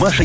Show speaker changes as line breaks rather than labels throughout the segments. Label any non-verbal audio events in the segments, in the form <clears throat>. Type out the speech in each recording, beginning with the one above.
Маша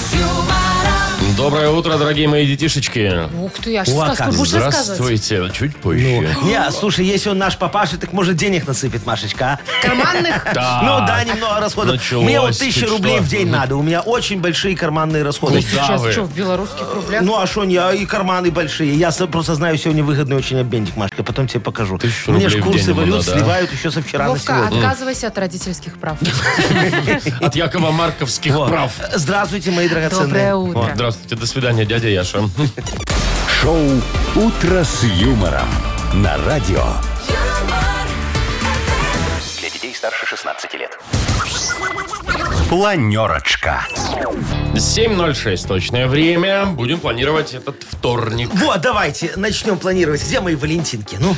Доброе утро, дорогие мои детишечки.
Ух ты, я
О,
сказку
как.
будешь рассказывать? Ну.
Здравствуйте. Чуть позже.
Не, а, слушай, если он наш папаша, так может денег насыпет, Машечка,
<laughs>
а?
Карманных?
Так.
Ну да, немного расходов.
началось,
Мне вот
ты
тысяча
что?
рублей в день надо. У меня очень большие карманные расходы.
Куда
Сейчас
вы?
что, в белорусских рублях?
Ну а что, я и карманы большие. Я с- просто знаю сегодня выгодный очень обменник, Машка. Потом тебе покажу.
Тысячу
Мне ж
рублей в
курсы
день ему
валют
надо, а?
сливают еще со вчера на
Вовка, а
сегодня.
отказывайся от родительских прав.
От Якова Марковских
О,
прав.
Здравствуйте, мои драгоценные.
Доброе
Вот,
утро.
Здравствуйте, до свидания, дядя Яша.
Шоу «Утро с юмором» на радио. Для детей старше 16 лет. Планерочка.
7.06 точное время. Будем планировать этот вторник.
Вот, давайте начнем планировать. Где мои Валентинки? Ну,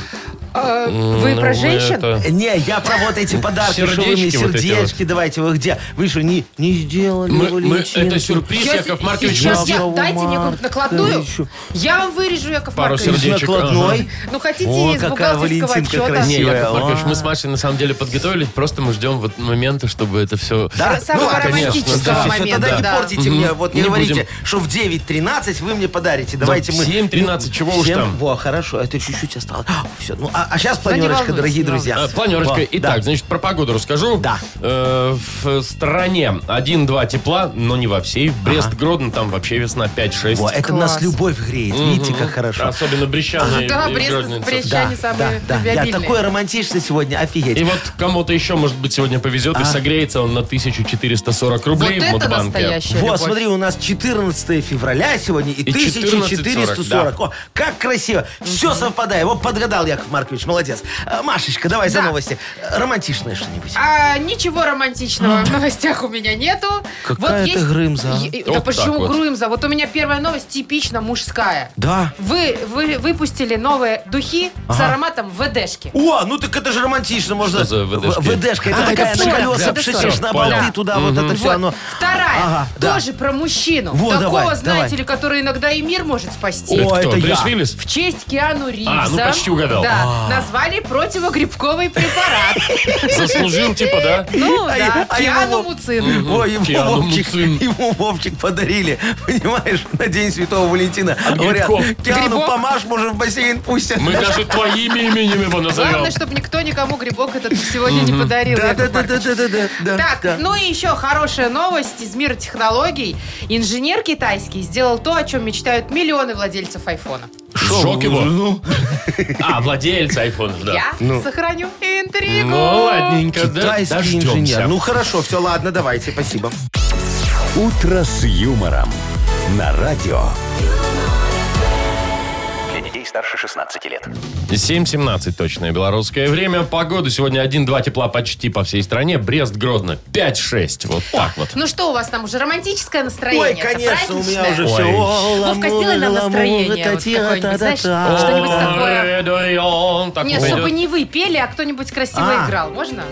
А, Вы про
Ну,
женщин?
это-
не, я про вот эти подарки, что вы мне
Сердечки вот эти
сердечки, давайте, вы где? Вы что, не, не сделали
Мы- мы-
Валентинки?
это сюрприз,
Я-
Яков Маркович.
Сейчас
нам
я,
Якова
дайте мне какую-то накладную.
Марковичу.
Я вам вырежу, Яков
Пару
Маркович.
сердечек.
накладной.
Ну, хотите
О,
из
какая
бухгалтерского
Валентинка
отчета?
Не,
красивая.
Яков Маркович,
А.
мы с Машей на самом деле подготовились, просто мы ждем вот момента, чтобы это все...
Да?
Самого
Ну,
конечно,
романтического
да.
Всё,
момента.
Тогда не
да.
портите мне, вот не,
Не
говорите,
будем.
что в 9.13 вы мне подарите. Давайте мы...
в 7:13 чего уж
Всем-
там.
Во, хорошо, это чуть-чуть осталось. Все, ну а, сейчас
не
планерочка,
волнуйтесь,
дорогие
не
друзья.
Планерочка.
Во,
Э, А, Итак,
да.
значит, про погоду расскажу.
Да.
Э, в стране 1-2 тепла, но не во всей. Брест, Гродно, там вообще весна 5-6.
Во, это
Класс.
нас любовь греет, видите, как хорошо.
Особенно брещаны
Да,
и гродненцы.
Брест, Брещане самые
Я
любвеобильные.
такой романтичный сегодня, офигеть.
И вот кому-то еще, может быть, сегодня повезет
А.
и согреется он на 1440
Вот
рублей в
это
Мудбанке.
настоящая
Вот,
любовь.
смотри, у нас 14 февраля сегодня и,
И
1440.
1440,
О, как красиво. Все совпадает. Вот подгадал Яков Маркович, молодец. А, Машечка, давай за
Да.
новости. Э, Романтичное что-нибудь.
А, ничего романтичного в новостях у меня нету.
Какая ты Грымза, а?
Е- э, Да
Вот
почему
так вот.
Грымза? Вот у меня первая новость типично мужская.
Да.
Вы, вы выпустили новые духи с ароматом ВДшки.
О, ну так это же романтично, можно...
Что за ВДшки?
В- ВДшка, это
А,
такая
это
на
соль,
колеса
это
обшитишь,
соль.
на
Всё,
болты
понял.
туда, вот это все
Вот.
оно...
Вторая
ну, Ага, да.
тоже про мужчину.
Во,
Такого,
давай,
знаете
давай.
ли, который иногда и мир может спасти.
О,
кто,
это
Брюс
я.
Уиллис?
В честь Киану Ривза.
А, ну почти угадал.
А.
Да, назвали противогрибковый
<laughs>
препарат.
Заслужил, типа, да?
Ну
А
да,
я- а я
Киану
его-
Муцин.
Ой, ему
Киану
Вовчик,
Муцин.
ему Вовчик подарили, понимаешь, на День Святого Валентина. Говорят,
грибков.
Киану
Грибок?
помашь, может, в бассейн пустят.
Мы даже твоими именем его назовем.
Главное, чтобы никто никому грибок этот сегодня не подарил.
Да,
Яков
да, да,
Маркович.
да, да, да, да, да.
Так,
да.
ну и еще хорошая новость из мира технологий. Инженер китайский сделал то, о чем мечтают миллионы владельцев айфона.
Сжег его. А, владелец айфона, да.
Я сохраню интригу.
Ну, ладненько, да,
Китайский
дождемся.
инженер. Ну хорошо, все, ладно, давайте, спасибо.
«Утро с юмором» на радио. Для детей старше 16 лет.
7.17 точное белорусское время. Погода сегодня 1-2 тепла почти по всей стране. Брест, Гродно 5-6. Вот так вот.
Ну что у вас там уже романтическое настроение?
Ой,
Это
конечно, у меня
праздничное?
уже
Ой.
все.
Вовка, сделай нам настроение. Вот какое-нибудь, знаешь, А, что-нибудь такое.
Так
Нет,
пойдет.
чтобы не вы пели, а кто-нибудь красиво
А.
играл. Можно?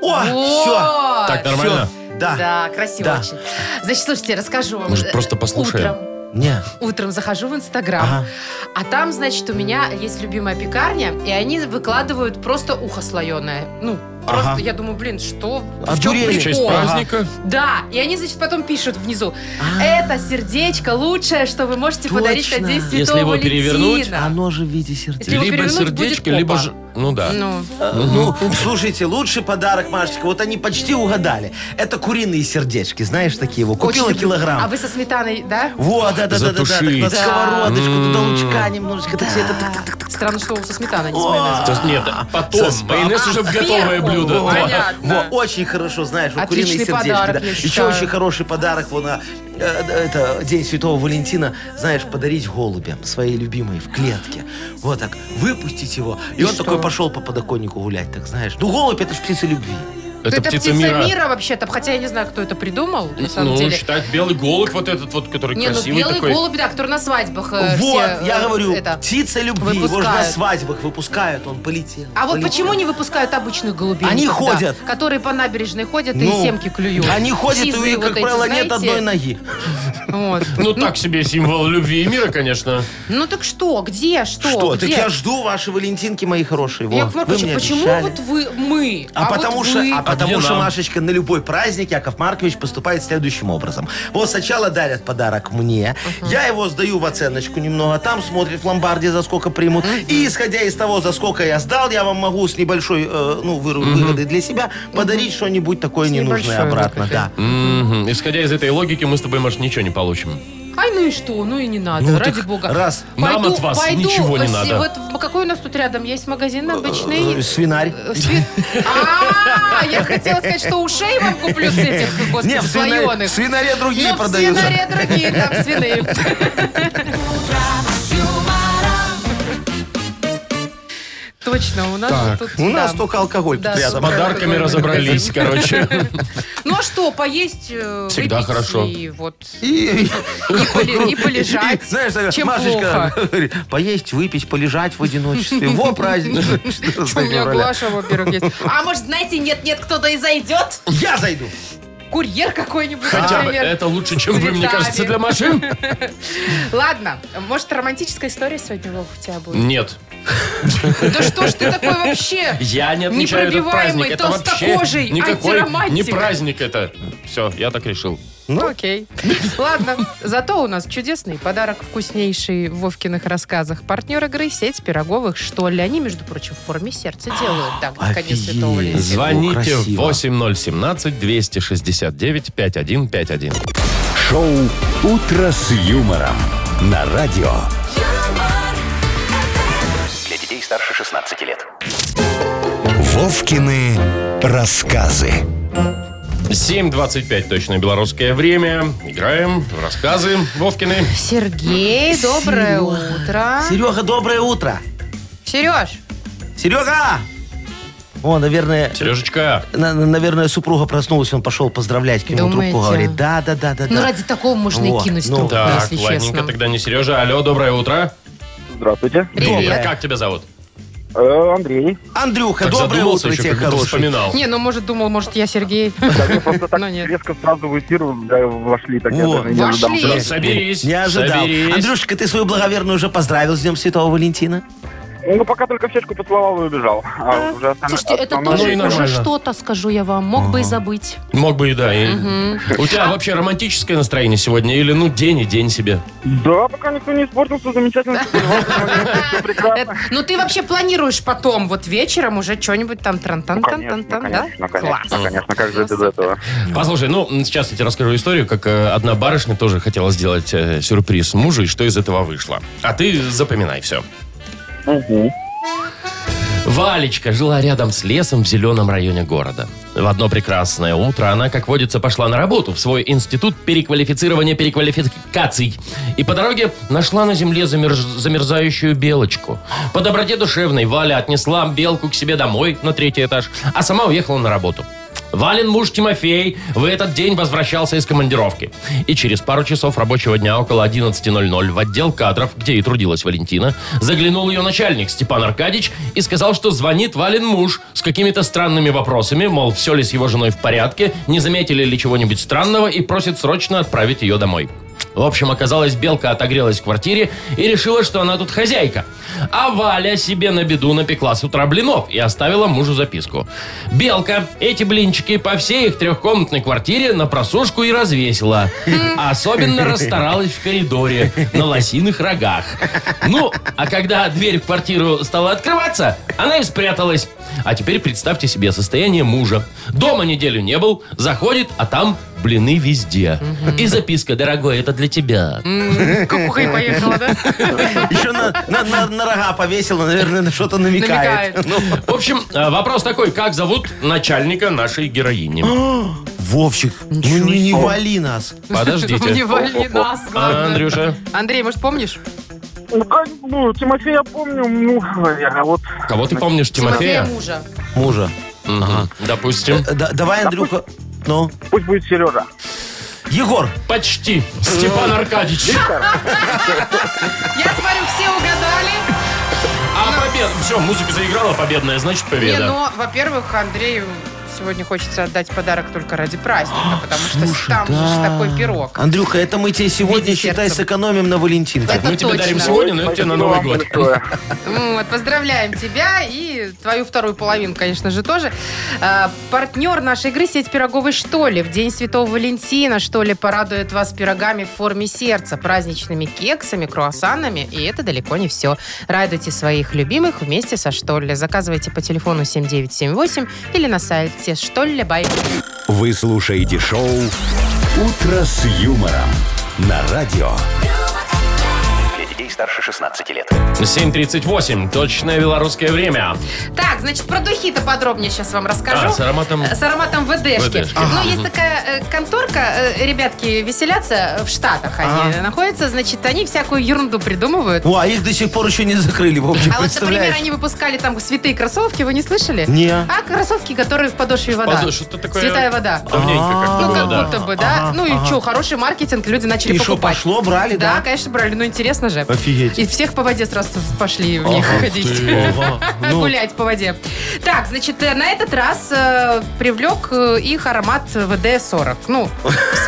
О, все.
Вот.
Так нормально?
Да.
Да, красиво
Да.
очень. Значит, слушайте, расскажу вам.
Может, просто послушаем?
Утром
Не.
утром захожу в Инстаграм,
Ага.
а там, значит, у меня есть любимая пекарня, и они выкладывают просто ухо слоеное. Ну, просто,
Ага.
я думаю, блин, что?
А
в чем
дуреешь?
В честь
прикол?
праздника.
Да, и они, значит, потом пишут внизу, это сердечко лучшее, что вы можете
А. Точно.
подарить на День Святого
Если его перевернуть,
Валентина».
А Оно же в виде сердца.
Если его
Либо
перевернуть, будет
сердечко,
попа.
либо же... Ну да.
Ну,
Ну, слушайте, лучший подарок, Машечка. Вот они почти угадали. Это куриные сердечки, знаешь, такие его. Купила
очень люблю.
килограмм.
А вы со сметаной, да?
Вот, да, да, да, да, да, так
Затушить.
на
Да.
сковородочку, туда лучка немножечко, так все это так, так, так, так.
Странно, что со сметаной, не с майонезом.
То есть нет,
А.
потом.
Со спа-
Майонез уже в готовое
Сверху.
блюдо.
Вот.
Да.
Во,
Понятно.
очень хорошо, знаешь, вот
Отличный
куриные сердечки.
подарок,
да.
я
Еще
считаю.
очень хороший подарок, вон, а, э, это День Святого Валентина, знаешь, подарить голубям своей любимой в клетке. Вот так, выпустить его. И, он
что?
такой пошел по подоконнику гулять, так знаешь. Ну, голубь, это ж птица любви.
Это, птица, мира.
вообще-то, хотя я не знаю, кто это придумал, на самом
Ну,
деле.
считать белый голубь вот этот вот, который
Не, ну
красивый
белый
такой.
голубь, да, который на свадьбах э,
вот,
все, э,
я говорю,
это.
птица любви. Его же на
выпускают.
свадьбах выпускают, он полетел.
А вот
полетел.
почему не выпускают обычных голубей?
Они
тогда,
ходят.
Которые по набережной ходят
Ну,
и семки клюют.
Они ходят, и у
Чизы
них, как
вот эти,
правило, нет
знаете?
одной ноги.
Вот.
Ну, так себе символ любви и мира, конечно.
Ну так что, где, что,
Что? Так
где?
я жду ваши валентинки, мои хорошие. Во,
Яков
вы
Маркович,
мне
почему
обещали.
вот вы, мы,
А, потому
вот
что,
вы?
а потому
где
что
нам?
Машечка, на любой праздник Яков Маркович поступает следующим образом. Вот сначала дарят подарок мне, я его сдаю в оценочку немного, там смотрит в ломбарде, за сколько примут. И исходя из того, за сколько я сдал, я вам могу с небольшой э, ну, выру- выгодой для себя подарить что-нибудь такое ненужное
небольшой
обратно.
выгодой.
Да.
Мгм. Исходя из этой логики, мы с тобой, Маш, ничего не получим.
Ай, ну и что? Ну и не надо,
Ну,
ради
так
бога.
раз.
Нам от вас ничего не
с-
надо.
Вот в- какой у нас тут рядом есть магазин обычный?
Э, Свинарь.
Э, свин- А, я хотела сказать, что ушей вам куплю с этих, господи,
Не, в свинаре, в
слоеных.
свинаре другие
Но в
продаются.
свинаре другие, там свиные.
<laughs>
Точно, у нас же
Так,
тут...
У нас
да.
только алкоголь
Да,
тут
С
рядом.
супер.
подарками
Какой
разобрались,
<laughs>
короче.
Ну а что, поесть, э,
Всегда
выпить
хорошо.
И вот... И,
И,
поле- и полежать.
<laughs> И, знаешь, такая
Чем
Машечка
плохо?
<laughs> говорит, поесть, выпить, полежать в
<laughs>
одиночестве. Во праздник. 14
У меня
февраля.
Глаша, во-первых, есть. <laughs> А может, знаете, нет-нет, кто-то и зайдет?
Я зайду.
Курьер какой-нибудь,
Хотя бы
например.
это лучше, чем вы, мне
Цветами.
кажется, для машин.
Ладно, может, романтическая история сегодня Вов, у тебя будет?
Нет.
Да что ж ты такой
<laughs>
вообще?
Я не отмечаю этот праздник.
Непробиваемый,
Это вообще
толстокожий,
никакой не
антиромантик.
праздник это. Все, я так решил.
Ну, окей. Ладно, зато у нас чудесный подарок, вкуснейший в Вовкиных рассказах. Партнер игры – сеть пироговых, что ли. Они, между прочим, в форме сердца делают.
А,
Так, в конец
Офигеть.
Святого Валентина.
Звоните
красиво.
8017-269-5151.
Шоу «Утро с юмором» на радио.
Для детей старше 16 лет.
Вовкины рассказы.
7.25 точное белорусское время. Играем в рассказы Вовкины.
Сергей, доброе утро.
Серега, доброе утро.
Сереж,
Серега! О, наверное,
Сережечка,
на- на- наверное, супруга проснулась, он пошел поздравлять к нему
Думаете?
трубку. Говорит, да, да, да, да,
ну
да.
ради такого можно
Вот,
и кинуть
ну,
трубку,
так,
если
ладненько,
честно.
тогда не Сережа. Алло, доброе утро.
Здравствуйте.
Привет.
Доброе.
Как тебя зовут?
Э, Андрей.
Андрюха,
Так
доброе
задумался
утро
еще,
тебе,
как будто
хороший.
вспоминал.
Не, ну, может, думал, может, я Сергей.
Да, мне просто так
Ну, нет.
резко сразу в эфир да, вошли, так я
Во.
даже не ожидал.
Вошли.
Всё, Соберись,
Не ожидал.
соберись.
Андрюшечка, ты свою благоверную уже поздравил с Днем Святого Валентина?
Ну, пока только в щечку поцеловал и убежал. А уже
<laughs>
остальное-
Слушайте, это
основное-
Ну и
тоже уже
нормально.
что-то, скажу я вам. Мог бы и забыть.
Мог бы и да. и- У тебя вообще романтическое настроение сегодня? Или ну день и день себе?
Да, пока никто не испортился, замечательно.
<laughs>
Все
Это-
прекрасно.
Ну ты вообще планируешь потом, вот вечером уже что-нибудь там тран тан
Ну,
тан
конечно,
тан тан да?
конечно,
Класс.
конечно, конечно, как же без этого?
Послушай, ну м, сейчас я тебе расскажу историю, как э, одна барышня тоже хотела сделать э, сюрприз мужу, и что из этого вышло. А ты запоминай все.
Мгм.
Валечка жила рядом с лесом в зеленом районе города. В одно прекрасное утро она, как водится, пошла на работу в свой институт переквалифицирования переквалификаций. И по дороге нашла на земле замерз- замерзающую белочку. По доброте душевной Валя отнесла белку к себе домой на третий этаж, а сама уехала на работу. Вален муж Тимофей в этот день возвращался из командировки. И через пару часов рабочего дня около 11.00 в отдел кадров, где и трудилась Валентина, заглянул ее начальник Степан Аркадьевич и сказал, что звонит Вален муж с какими-то странными вопросами, мол, все ли с его женой в порядке, не заметили ли чего-нибудь странного и просит срочно отправить ее домой. В общем, оказалось, Белка отогрелась в квартире и решила, что она тут хозяйка. А Валя себе на беду напекла с утра блинов и оставила мужу записку. «Белка, эти блинчики по всей их трехкомнатной квартире на просушку и развесила. Особенно расстаралась в коридоре, на лосиных рогах. Ну, а когда дверь в квартиру стала открываться, она и спряталась. А теперь представьте себе состояние мужа. Дома неделю не был, заходит, а там блины везде. И записка, дорогой, это для тебя.
М, Кукухой поехала, <laughs> да?
Еще на, на- на- на рога повесила, наверное, на что-то намекает.
Намекает.
В общем, э, вопрос такой, как зовут начальника нашей героини?
Вовчик, ну не, не вали нас.
<laughs> Не
Подождите.
вали нас,
А,
главное.
Андрюша,
Андрей, может, помнишь?
Ну, как, ну, Тимофея помню, ну, наверное, вот
кого ты помнишь, Тимофея?
мужа.
Мужа.
Мгм. Допустим.
Э, да- давай, Андрюха. Ну,
Пусть будет Сережа.
Егор,
Почти.
Ну.
Степан Аркадьевич.
Я смотрю, все угадали.
А победа. Все, музыка заиграла победная, значит
Не,
победа.
ну, во-первых, Андрею сегодня хочется отдать подарок только ради праздника, потому что там же ж такой пирог.
Андрюха, это мы тебе сегодня,
виде
считай,
сердца.
сэкономим на Валентинке.
Это
Мы тебе
точно.
дарим сегодня, но это тебе на Новый год.
Вот, поздравляем тебя и твою вторую половину, конечно же, тоже. А, партнер нашей игры сеть пироговой «Что ли». В День Святого Валентина «Что ли» порадует вас пирогами в форме сердца, праздничными кексами, круассанами. И это далеко не все. Радуйте своих любимых вместе со «Что ли». Заказывайте по телефону 7978 или на сайте «Что ли бай».
Вы слушаете шоу «Утро с юмором» на радио.
Для детей старше 16 лет.
<laughs> 7.38. Точное белорусское время.
Так, значит, про духи-то подробнее сейчас вам расскажу.
А, с ароматом...
С ароматом ВДшки.
ВДшки.
Ну, есть такая э, конторка, э, ребятки веселятся, в Штатах они находятся, значит, они всякую ерунду придумывают.
О, а их до сих пор еще не закрыли, Вовчик,
А вот, например,
представляешь?
они выпускали там святые кроссовки, вы не слышали?
Не.
А кроссовки, которые в подошве вода.
подо- что-то такое- А,
Святая вода.
Давненько как-то
Ну,
было,
как
да.
будто бы, да. Ну и что, хороший маркетинг, люди начали
И что,
покупать.
пошло, брали,
Да,
да?
конечно, брали. Ну, интересно же.
Офигеть.
И всех по воде сразу пошли в них ходить.
Ну.
Гулять по воде. Так, значит, э, на этот раз э, привлек э, их аромат ВД-40. Ну,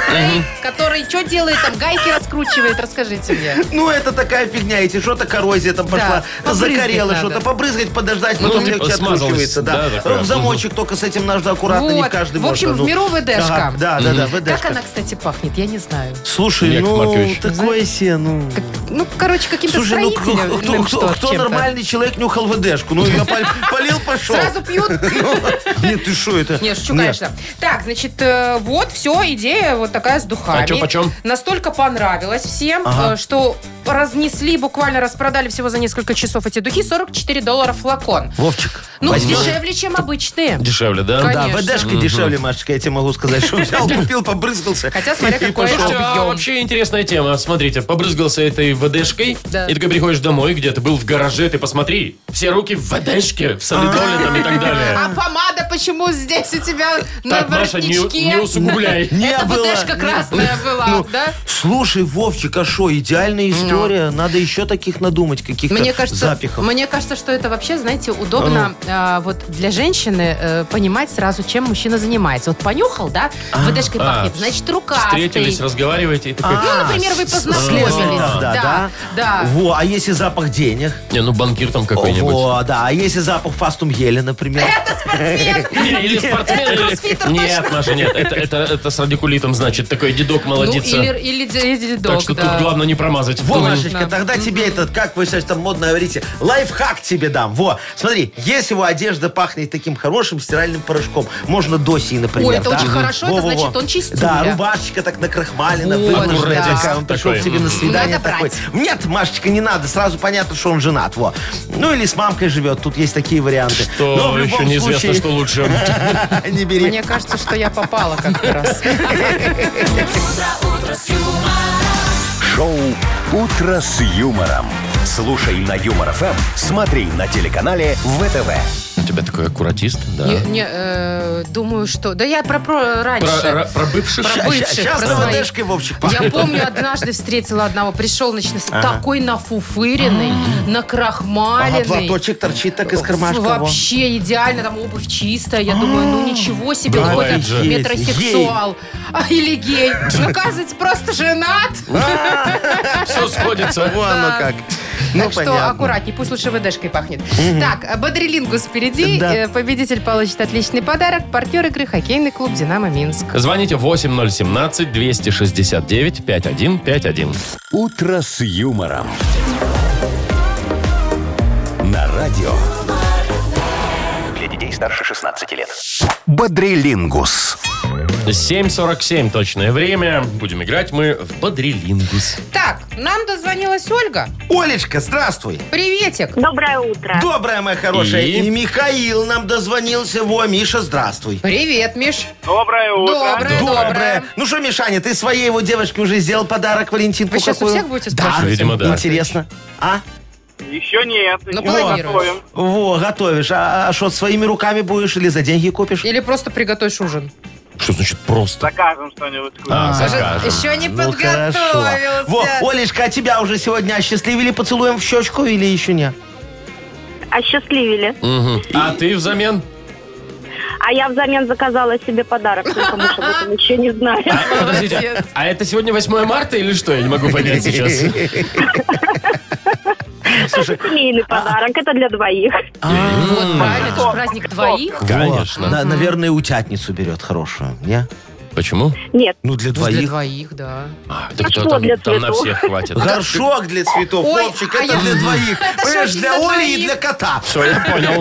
спрей, который что делает, там гайки раскручивает, расскажите мне.
Ну, это такая фигня, эти что-то коррозия там пошла,
побрызгать
закорела
надо.
что-то, побрызгать, подождать,
Ну,
потом
типа,
легче
смазалось,
откручивается, да.
да, такое.
В замочек только с этим надо аккуратно, не в
Вот.
каждый
В общем,
можно, ну.
в миру ВДшка.
Ага, Да, да, да,
Как
ВДшка.
она, кстати, пахнет, я не знаю.
Слушай,
Яков
ну,
Маркович.
такое себе, ну...
Ну, короче, каким-то
Слушай, ну кто,
строителем.
кто- кто- кто
чем-то.
нормальный человек нюхал ВДшку? Ну, я пол- полил, пошел.
Сразу
<laughs>
пьют.
Нет, ты что это?
Не, шучу,
Ну, Нет.
конечно. Так, значит, э, вот все, идея вот такая с духами.
А чё, почём?
Настолько понравилось всем,
Ага.
э, что разнесли, буквально распродали всего за несколько часов эти духи, 44 доллара флакон.
Вовчик,
Ну,
возьми.
дешевле, чем обычные.
Дешевле, да?
Конечно.
Да, ВДшка дешевле, Машечка, я тебе могу сказать, что
<laughs>
взял, купил, побрызгался.
Хотя, смотря
и- и
какой
пошел.
Слушайте, а
Объем.
вообще интересная тема. Смотрите, побрызгался этой ВДшкой,
Да.
и такой приходишь домой, где ты был в гараже, ты посмотри, все руки в ВДшке, в солидоле там и
<laughs>
так
А
далее.
помада почему здесь у тебя на
э. Так, Маша, не,
воротничке?
не
<laughs>
усугубляй.
Не
Это
было.
ВДшка красная была,
Ну,
да? Ну.
Слушай, Вовчик, а что, идеальная история. Надо еще таких надумать, каких-то
Мне кажется,
запихов.
мне кажется, что это вообще, знаете, удобно а, вот для женщины э, понимать сразу, чем мужчина занимается. Вот понюхал, да, ВДшкой
А,
пахнет, значит, рукастый.
Встретились, разговариваете и такой...
Ну, например, вы
А, с- слезли,
познакомились.
да,
Да,
да,
да.
Во, а если запах денег?
Не, ну банкир там какой-нибудь.
Во, да. А если запах фастум геля, например?
Это спортсмен.
Не, Или спортсмен,
Это
или-
кроссфитер
Нет,
точно.
Маша, нет, это, это, это с радикулитом, значит, такой дедок
Ну,
молодится.
или, или, или дедок,
так что
да.
тут главное не промазать.
Во,
Мгм.
Машечка, тогда тебе этот, как вы сейчас там модно говорите, лайфхак тебе дам. Во, смотри, если его одежда пахнет таким хорошим стиральным порошком, можно доси, например.
Ой, это
да?
очень хорошо, это
Во-во-во.
значит, он чистюля.
Да, рубашечка так накрахмалена,
Вот,
выбрана
да.
такая, он пришел
Такой,
к тебе на
м.
свидание
Надо
такой.
брать.
Нет, Машечка, не надо, сразу понятно, что он женат, во. Ну или с мамкой живет, тут есть такие варианты.
То
Но в любом
еще неизвестно,
случае,
что лучше.
<laughs> Не бери.
Мне кажется, что я
<laughs>
попала как-то раз.
Шоу «Утро с юмором». Слушай на Юмор ФМ, смотри на телеканале ВТВ.
У тебя такой аккуратист, да.
Не- не, э, Думаю, что... Да я про- про
Про,
раньше.
ра- про бывших?
А
Про бывших,
Сейчас
про
на
своих.
ВДшке, Вовчик,
Я
пахнет.
помню, однажды встретила одного, пришел, значит, с- такой нафуфыренный,
Ага,
накрахмаленный.
А. платочек торчит так из кармашка. во.
Вообще идеально, там обувь чистая. Я думаю, ну
А.
ничего себе,
Бывает
какой-то
же.
метросексуал. А, Или гей. Ну, Оказывается, просто женат.
Ну,
Все сходится.
Во оно как. Ну,
Так что
понятно.
аккуратней, пусть лучше ВДшкой пахнет. Так, Бодрилингус впереди.
Да.
Э, Победитель получит отличный подарок. Партнер игры хоккейный клуб «Динамо Минск».
Звоните 8017-269-5151.
«Утро с юмором». На радио
Для детей старше 16 лет.
«Бодрилингус».
7.47 точное время. Будем играть мы в Бодрилингус.
Так, нам дозвонилась Ольга.
Олечка, здравствуй.
Приветик.
Доброе утро.
Добрая моя хорошая.
И?
И, Михаил нам дозвонился. Во, Миша, здравствуй.
Привет, Миш.
Доброе утро.
Доброе, доброе.
Ну что, Мишаня, ты своей его девочке уже сделал подарок Валентинку
Вы сейчас у
какую?
всех будете
Да,
спрашивать?
Видимо, да.
Интересно. А?
Еще нет.
Ну,
еще
планируешь.
готовим.
Во, готовишь. А что, своими руками будешь или за деньги купишь?
Или просто приготовишь ужин.
Что значит просто?
Закажем что-нибудь.
А, закажем.
Еще не
Ну, хорошо.
подготовился.
Во, Олечка, а тебя уже сегодня осчастливили поцелуем в щечку или еще нет?
Осчастливили.
Мгм. А ты взамен?
А я взамен заказала себе подарок, только муж об этом еще не знает.
<laughs>
Подождите,
Молодец.
а это сегодня 8 марта или что? Я не могу понять сейчас.
Семейный подарок, это для двоих.
Вот правильно, это же праздник двоих.
Конечно.
Во, на- Наверное, утятницу берет хорошую, не?
Почему?
Нет,
Ну, для
Ну, Для
двоих.
двоих, да.
А, так
А
кто
что
там,
для
там на
цветов?
всех хватит.
Горшок для цветов,
Ой,
Вовчик,
а
это
я-
для двоих.
Это
Понимаешь,
шо, не
для
для
Оли и
двоих?
для кота.
Все, я понял.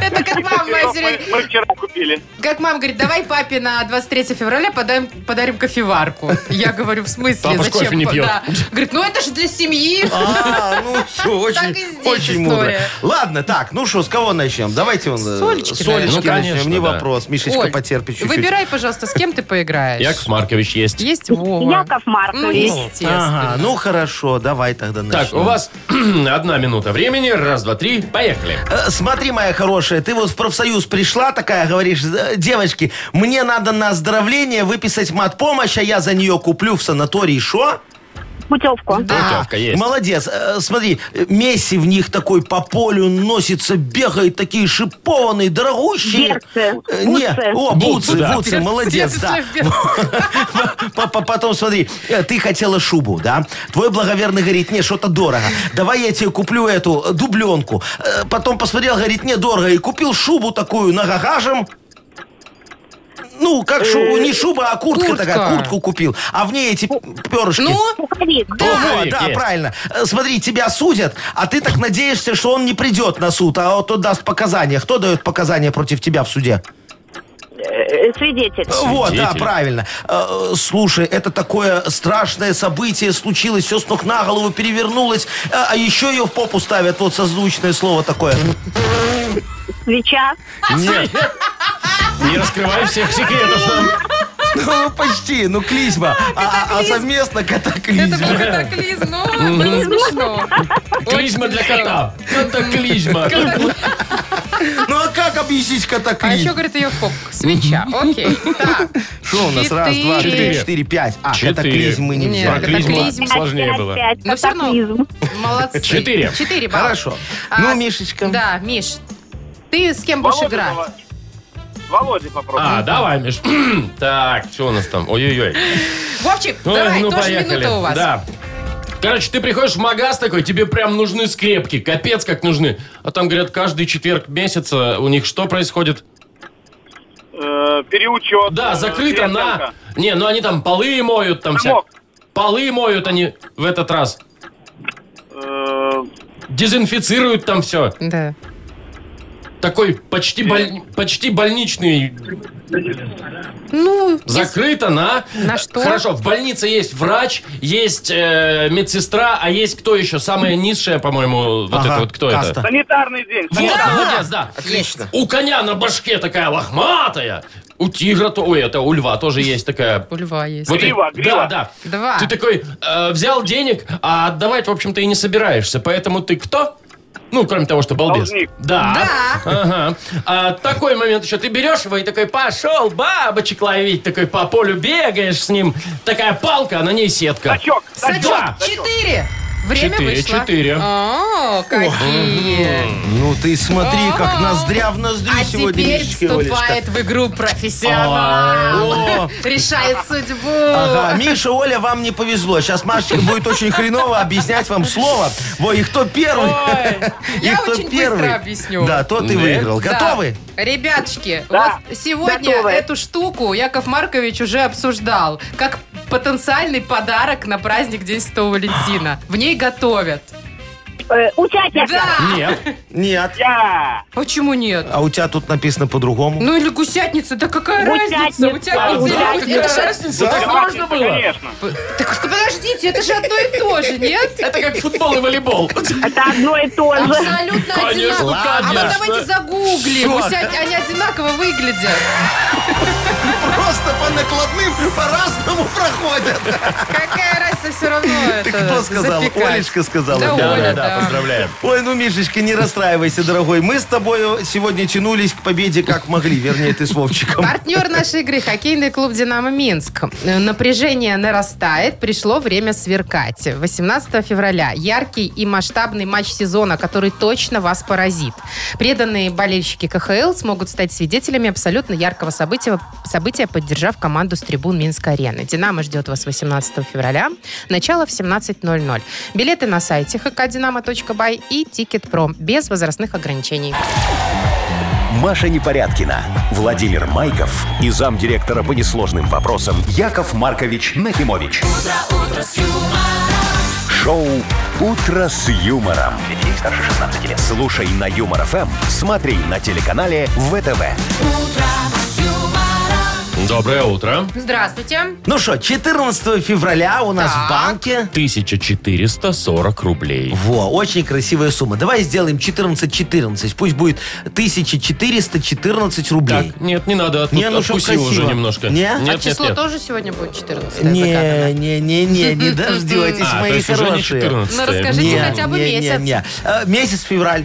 Это как мама моя всё
Мы,
время-
мы вчера купили.
Как мама говорит, давай папе на 23 февраля подаем, подарим кофеварку. Я говорю, в смысле?
Папа ж
Зачем?
кофе не пьет.
Да. Говорит, ну это же для семьи.
А, ну все,
Так
очень,
и здесь
очень
история.
мудро. Ладно, так, ну что, с кого начнем? Давайте он, э,
Солечки,
с
наверное.
Олечки
Ну, конечно,
начнем, не
да.
вопрос. Мишечка
Оль,
потерпит чуть-чуть.
Выбирай, пожалуйста, с кем ты поиграешь.
Яков Маркович есть.
Есть Вова.
Яков
Ну,
Маркович.
естественно.
Ага, ну хорошо, давай тогда начнем.
Так, у вас <clears throat> одна минута времени. Раз, два, три. Поехали.
Э, Смотри, моя хорошая, ты вот в профсоюз пришла такая, говоришь, «Э, девочки, мне надо на оздоровление выписать мат-помощь, а я за нее куплю в санатории шо?
Путевку.
Путевка есть.
Молодец. Э, Смотри, э, Месси в них такой по полю носится, бегает, такие шипованные, дорогущие.
Берцы,
Э, Не,
бутсы.
о,
Бутсы,
бутсы,
да.
бутсы, молодец,
Если
да.
вверх.
<laughs> По- по- Потом смотри, э, ты хотела шубу, да? Твой благоверный говорит, не, что-то дорого. Давай я тебе куплю эту э, дубленку. Э, Потом посмотрел, говорит, не, дорого. И купил шубу такую нагагажем. Ну, как
Э,
шубу, не шуба, а куртка,
Куртка.
такая, куртку купил. А в ней эти перышки.
Ну,
Пуховик.
Ого,
Пуховик
да,
есть.
правильно. Э, Смотри, тебя судят, а ты так надеешься, что он не придет на суд, а вот он даст показания. Кто дает показания против тебя в суде?
Э, Свидетель.
Вот, да,
Свидетель.
правильно. Э, э, Слушай, это такое страшное событие случилось, все с ног на голову перевернулось, а а еще ее в попу ставят, вот созвучное слово такое.
Свеча.
Нет. Не раскрывай всех секретов нам.
Ну, почти, ну, клизма. А, а совместно
это был
катаклизма.
катаклизм. Ну, было смешно.
Клизма для кота. Катаклизма.
Ну, а как объяснить
А еще,
катаклизм?
говорит, ее фок. Свеча. Окей. Так.
Что у нас? Раз, два, три,
Четыре.
четыре, пять. А,
Четыре.
катаклизмы нельзя.
Про
Нет.
клизму
Катаклизм.
сложнее было.
Опять
Но всё равно-
катаклизм.
Молодцы.
Четыре.
Четыре балла.
Хорошо.
А,
Ну, Мишечка.
Да, Миш, ты с кем будешь
Володя,
играть?
давай. Володя попробуй.
А, давай, Миш. <clears throat> Так, что у нас там? Ой-ой-ой.
Вовчик,
Ой,
давай,
ну,
тоже
поехали.
минута у вас.
Да. Короче, ты приходишь в магаз такой, тебе прям нужны скрепки. Капец, как нужны. А там, говорят, каждый четверг месяца у них что происходит?
Э, переучет.
Да,
э,
закрыто на...
переоценка.
Не, ну они там полы моют там вся.
Замок.
Полы моют они в этот раз.
Э,
Дезинфицируют там все.
Да.
Такой почти, боль- почти больничный.
Ну,
Закрыто на...
На что?
Хорошо, в больнице есть врач, есть э, медсестра, а есть кто еще? Самая низшая, по-моему, вот
Ага,
это вот кто это?
каста.
Санитарный день.
Вот, молодец, да.
Отлично.
У коня на башке такая лохматая. У тигра, то, ой, это у льва тоже есть такая.
у льва есть.
Вот и-
Грива,
да,
грива.
да.
Два.
Ты такой э, взял денег, а отдавать, в общем-то, и не собираешься. Поэтому ты кто? Ну, кроме того, что балбес.
Должник.
Да. Ага. А, такой момент еще. Ты берешь его и такой, пошел бабочек ловить. Такой по полю бегаешь с ним. Такая палка, а на ней сетка.
Сачок.
Сачок,
Да.
четыре. Время
Четыре,
вышло.
четыре.
О, какие.
Ну ты смотри, как
О.
ноздря в ноздрю
А
сегодня,
теперь
Мишечка и Олечка.
вступает в игру профессионал.
О.
Решает судьбу.
Ага, Миша, Оля, вам не повезло. Сейчас Машечка будет очень хреново объяснять вам слово. Во, и кто первый?
Ой,
<laughs> И
я
кто
очень
первый?
быстро объясню.
Да, тот и
Да.
выиграл.
Да.
Готовы?
Ребяточки,
Да.
вот сегодня
Готовы.
эту штуку Яков Маркович уже обсуждал, как потенциальный подарок на праздник День Святого Валентина. В ней готовят.
Э, у тебя
Да! <laughs>
Нет.
Нет.
Я!
Почему нет?
А у тебя тут написано по-другому.
Ну или гусятница, да какая
Гусятница.
разница? У тебя
А,
гусятница.
Какая разница? Так можно было?
Конечно.
Так подождите, это же одно и то же, нет?
Это как футбол и волейбол.
Это одно и то же.
Абсолютно
Конечно,
одинаково. А вот
конечно.
давайте загуглим.
Всё.
Гусят- Они одинаково выглядят.
Просто по накладным по-разному проходят.
Какая разница все равно <laughs>
Ты
это
кто сказал?
запекать.
Олечка сказала.
Да,
Да,
Оля,
да,
да.
поздравляем.
Ой, ну, Мишечка, не расстраивайся, дорогой. Мы с тобой сегодня тянулись к победе как могли. Вернее, ты с Вовчиком.
Партнер нашей игры – хоккейный клуб «Динамо Минск». Э, Напряжение нарастает, пришло время сверкать. 18 февраля – яркий и масштабный матч сезона, который точно вас поразит. Преданные болельщики КХЛ смогут стать свидетелями абсолютно яркого события, события поддержав команду с трибун Минской-арены. «Динамо» ждет вас 18 февраля. Начало в 17.00. Билеты на сайте hkdinamo.by и «Тикет.Пром» без возрастных ограничений.
Маша Непорядкина, Владимир Майков и замдиректора по несложным вопросам Яков Маркович Нахимович. Шоу Утро с юмором. Для детей старше 16 лет. Слушай на юмор ФМ, смотри на телеканале ВТВ.
Доброе утро.
Здравствуйте.
Ну что, 14 февраля у нас в банке
1440 рублей.
Во, очень красивая сумма. Давай сделаем 14-14. Пусть будет 1414 рублей.
Так, нет, не надо,
Не,
отпу-
ну, чтоб
отпуси
красиво.
уже немножко.
Не?
Нет,
А
нет,
Число
нет.
тоже сегодня будет 14
Не, не, не, не, не дождетесь,
А, то
мои
есть уже не
хорошие.
14.
Ну, расскажите.
Не,
хотя бы
не, не,
месяц.
не. Э, Месяц февраль.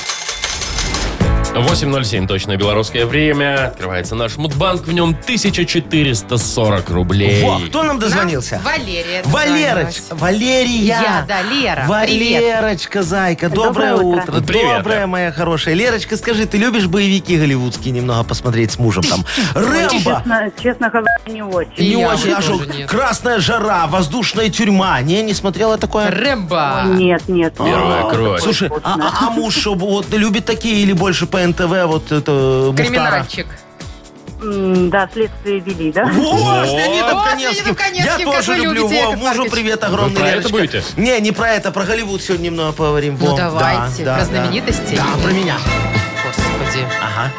8.07 точно белорусское время. Открывается наш мудбанк. В нем 1440 рублей.
Во, кто нам
Нам
дозвонился?
Валерия.
Валерочка,
дозвонилась.
Валерия.
Я, да, Лера. Привет.
Валерочка, зайка, доброе,
Доброе
утро.
утро.
Привет,
Доброе, моя хорошая. Лерочка, скажи, ты любишь боевики голливудские немного посмотреть с мужем там? Рэмбо.
Честно, честно говоря, не очень.
И
Не
я
очень,
вот
а что,
тоже нет.
красная жара, воздушная тюрьма. Не, не смотрела такое?
Рэмбо.
Нет, нет.
Первая кровь.
Слушай, а, а- а муж что, вот любит такие или больше по НТВ вот это э, Мухтара?
Криминальчик.
М, Да, следствие вели, да?
Во, с Леонидом
О, с
Коневским.
Леонидом
Я
Коневским, как
тоже
вы
люблю.
любите,
Во,
Яков
мужу
Маркович.
привет
Вы
огромный,
про это
Лерочка.
будете?
Не, не про это, про Голливуд сегодня немного поговорим.
Ну
Во, да,
давайте,
да,
про
да.
знаменитостей.
Да, про меня.
Господи.
Ага.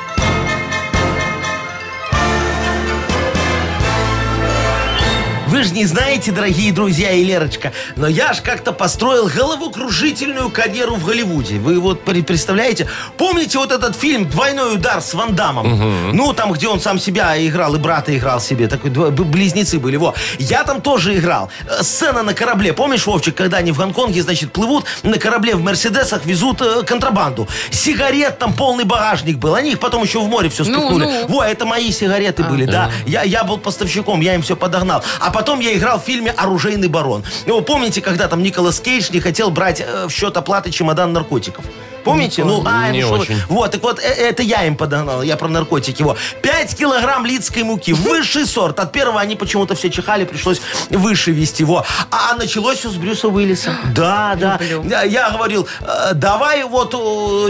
Вы же не знаете, дорогие друзья и Лерочка, но я ж как-то построил головокружительную карьеру в Голливуде. Вы вот пре- представляете? Помните вот этот фильм «Двойной удар» с Ван Дамом? Ну, там, где он сам себя играл и брата играл себе. Такой, дво- б- близнецы были. Во. Я там тоже играл. Э, Сцена на корабле. Помнишь, Вовчик, когда они в Гонконге, значит, плывут на корабле в Мерседесах, везут э, контрабанду. Сигарет там полный багажник был. Они их потом еще в море все
Ну,
спихнули.
ну.
Во, это мои сигареты были, да. Я, я был поставщиком, я им все подогнал. А потом я играл в фильме «Оружейный барон». Ну, вы помните, когда там Николас Кейдж не хотел брать э, в счет оплаты чемодан наркотиков? Помните? Ну, а,
Не
ну, что вы-
очень.
Вот, так вот, э, это я им подогнал, я про наркотики. Во. 5 килограмм лидской муки, высший сорт. От первого они почему-то все чихали, пришлось выше вести. Во. А началось все с Брюса Уиллиса. Да, да.
Люблю.
Я- Я говорил, «Э, давай вот э,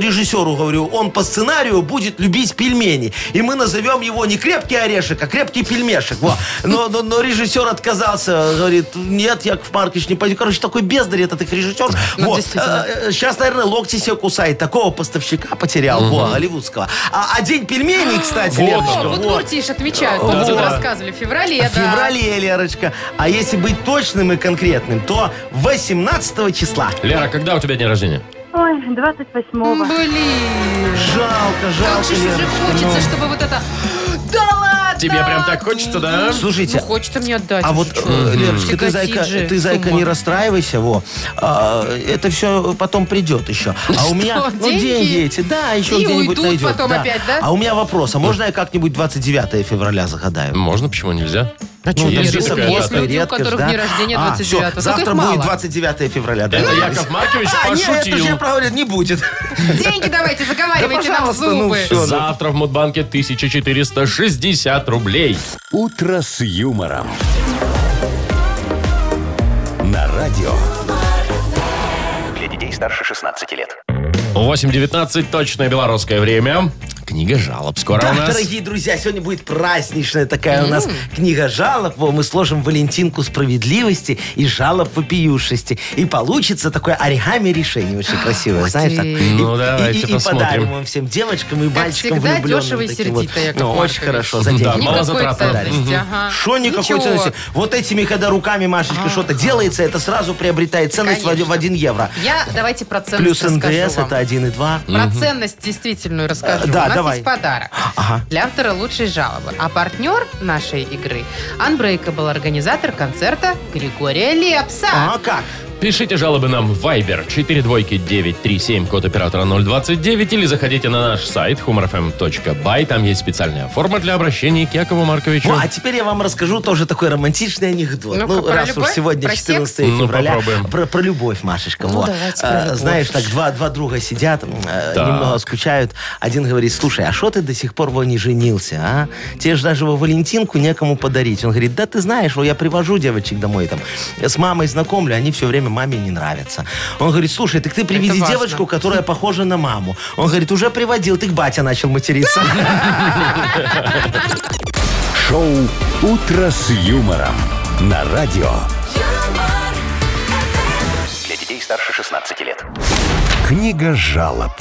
режиссеру, говорю, он по сценарию будет любить пельмени. И мы назовем его не крепкий орешек, а крепкий пельмешек. Во. Но, но- но режиссер отказался, говорит, нет, Яков Маркович, не пойду. Короче, такой бездарь этот их режиссер.
Ну,
Во.
действительно.
Сейчас, наверное, локти себе кусает. Такого поставщика потерял, во, голливудского. А, а день
<gasps>
пельменей, кстати, Леночка,
О, вот
во.
Куртиш отмечают. Только что рассказывали. В феврале, да.
В феврале, Лерочка. А если быть точным и конкретным, то 18 числа.
Лера, когда у тебя день рождения?
Ой, 28-го.
Блин.
Жалко,
Как
жалко,
же же
Лерочка, ну.
хочется, чтобы вот это... Да ладно!
Тебе прям так хочется, да?
Слушайте,
Ну, хочется мне отдать.
а
уже,
вот,
чё.
э, Лерочка, ты
Тяготит
зайка,
же,
ты,
с
зайка
ума.
не расстраивайся, во. А, это все потом придет еще.
<laughs>
А у меня ну,
деньги?
деньги эти, да, еще
И
где-нибудь
уйдут
найдет.
потом опять, да?
А у меня вопрос, а можно я как-нибудь 29 февраля загадаю?
Можно, почему нельзя?
А чё,
Ну,
нет,
есть
есть
же такая дата.
люди, у которых день рождения 29
все, А, завтра будет 29 февраля. Да,
Ну,
Это
да,
Яков Маркович
А, нет, это же я
пошутил.
проговорил, не будет.
Деньги давайте, заговаривайте
Да,
нам
пожалуйста, ну
зубы.
всё.
Завтра в Мудбанке 1460 рублей.
Утро с юмором. На радио.
старше 16 лет.
8.19, точное белорусское время. Книга жалоб скоро
А
Да,
у нас.
дорогие друзья, сегодня будет праздничная такая у нас книга жалоб. Во, Мы сложим Валентинку справедливости и жалоб вопиюшести. И получится такое оригами решение очень красивое, знаешь так.
ты.
И-
Ну,
и-
давайте
и- и
посмотрим.
подарим вам всем девочкам и
Как
мальчикам
всегда,
влюбленным
дешево и
таким вот.
сердито, Яков
Ну,
Маркович.
Очень хорошо, за
Да,
деньги.
мало
Никакой
малозатратно.
ценности, ага.
Что никакой
Ничего. А.
ценности? Вот этими, когда руками, Машечка, что-то делается, это сразу приобретает ценность в один- в
Конечно.
1 евро.
Я давайте про
Плюс
ценность
НДС
расскажу
это
вам.
1,2.
Про ценность действительную расскажу.
Э, да,
У нас
давай.
есть подарок
Ага.
для автора лучшей жалобы. А партнер нашей игры Unbreakable был организатор концерта Григория Лепса. Ну
А как?
Пишите жалобы нам в Viber 42937, код оператора 029, или заходите на наш сайт humorfm.by. Там есть специальная форма для обращения к Якову Марковичу.
Ну, а теперь я вам расскажу тоже такой романтичный анекдот.
Ну-ка,
Ну,
про
раз
любовь?
уж сегодня
Про
14
секс? Ну,
февраля.
попробуем.
про, про любовь, Машечка.
Ну,
во.
давайте про
А,
любовь.
Знаешь, так два, два друга сидят, м, э,
Так.
немного скучают. Один говорит, слушай, а что ты до сих пор во не женился, а? Тебе же даже во Валентинку некому подарить. Он говорит, да ты знаешь, во, я привожу девочек домой там, с мамой знакомлю, они все время маме не нравятся. Он говорит, слушай, так ты приведи
важно.
девочку, которая похожа на маму. Он говорит, уже приводил, ты к батя начал материться.
<laughs>
Шоу «Утро с юмором» на радио.
юмор,
Для детей старше 16 лет.
Книга жалоб.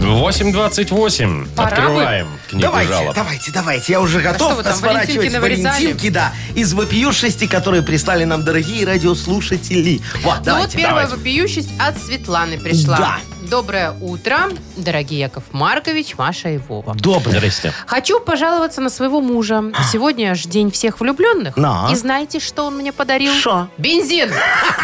8.28.
Пора бы.
Открываем книгу
давайте,
жалоб.
давайте, давайте. Я уже готов
что вы там,
сворачивать
Валентинки
Валентинки,
навырезали?
да, из вопиюшести, которые прислали нам дорогие радиослушатели. Вот,
Ну вот
давайте.
первая
давайте.
вопиющесть от Светланы пришла.
Да.
Доброе утро, дорогие Яков Маркович, Маша и Вова.
Добрый.
Здрасте.
Хочу пожаловаться на своего мужа. Сегодня же день всех влюбленных.
На.
И знаете, что он мне подарил?
Шо?
Бензин.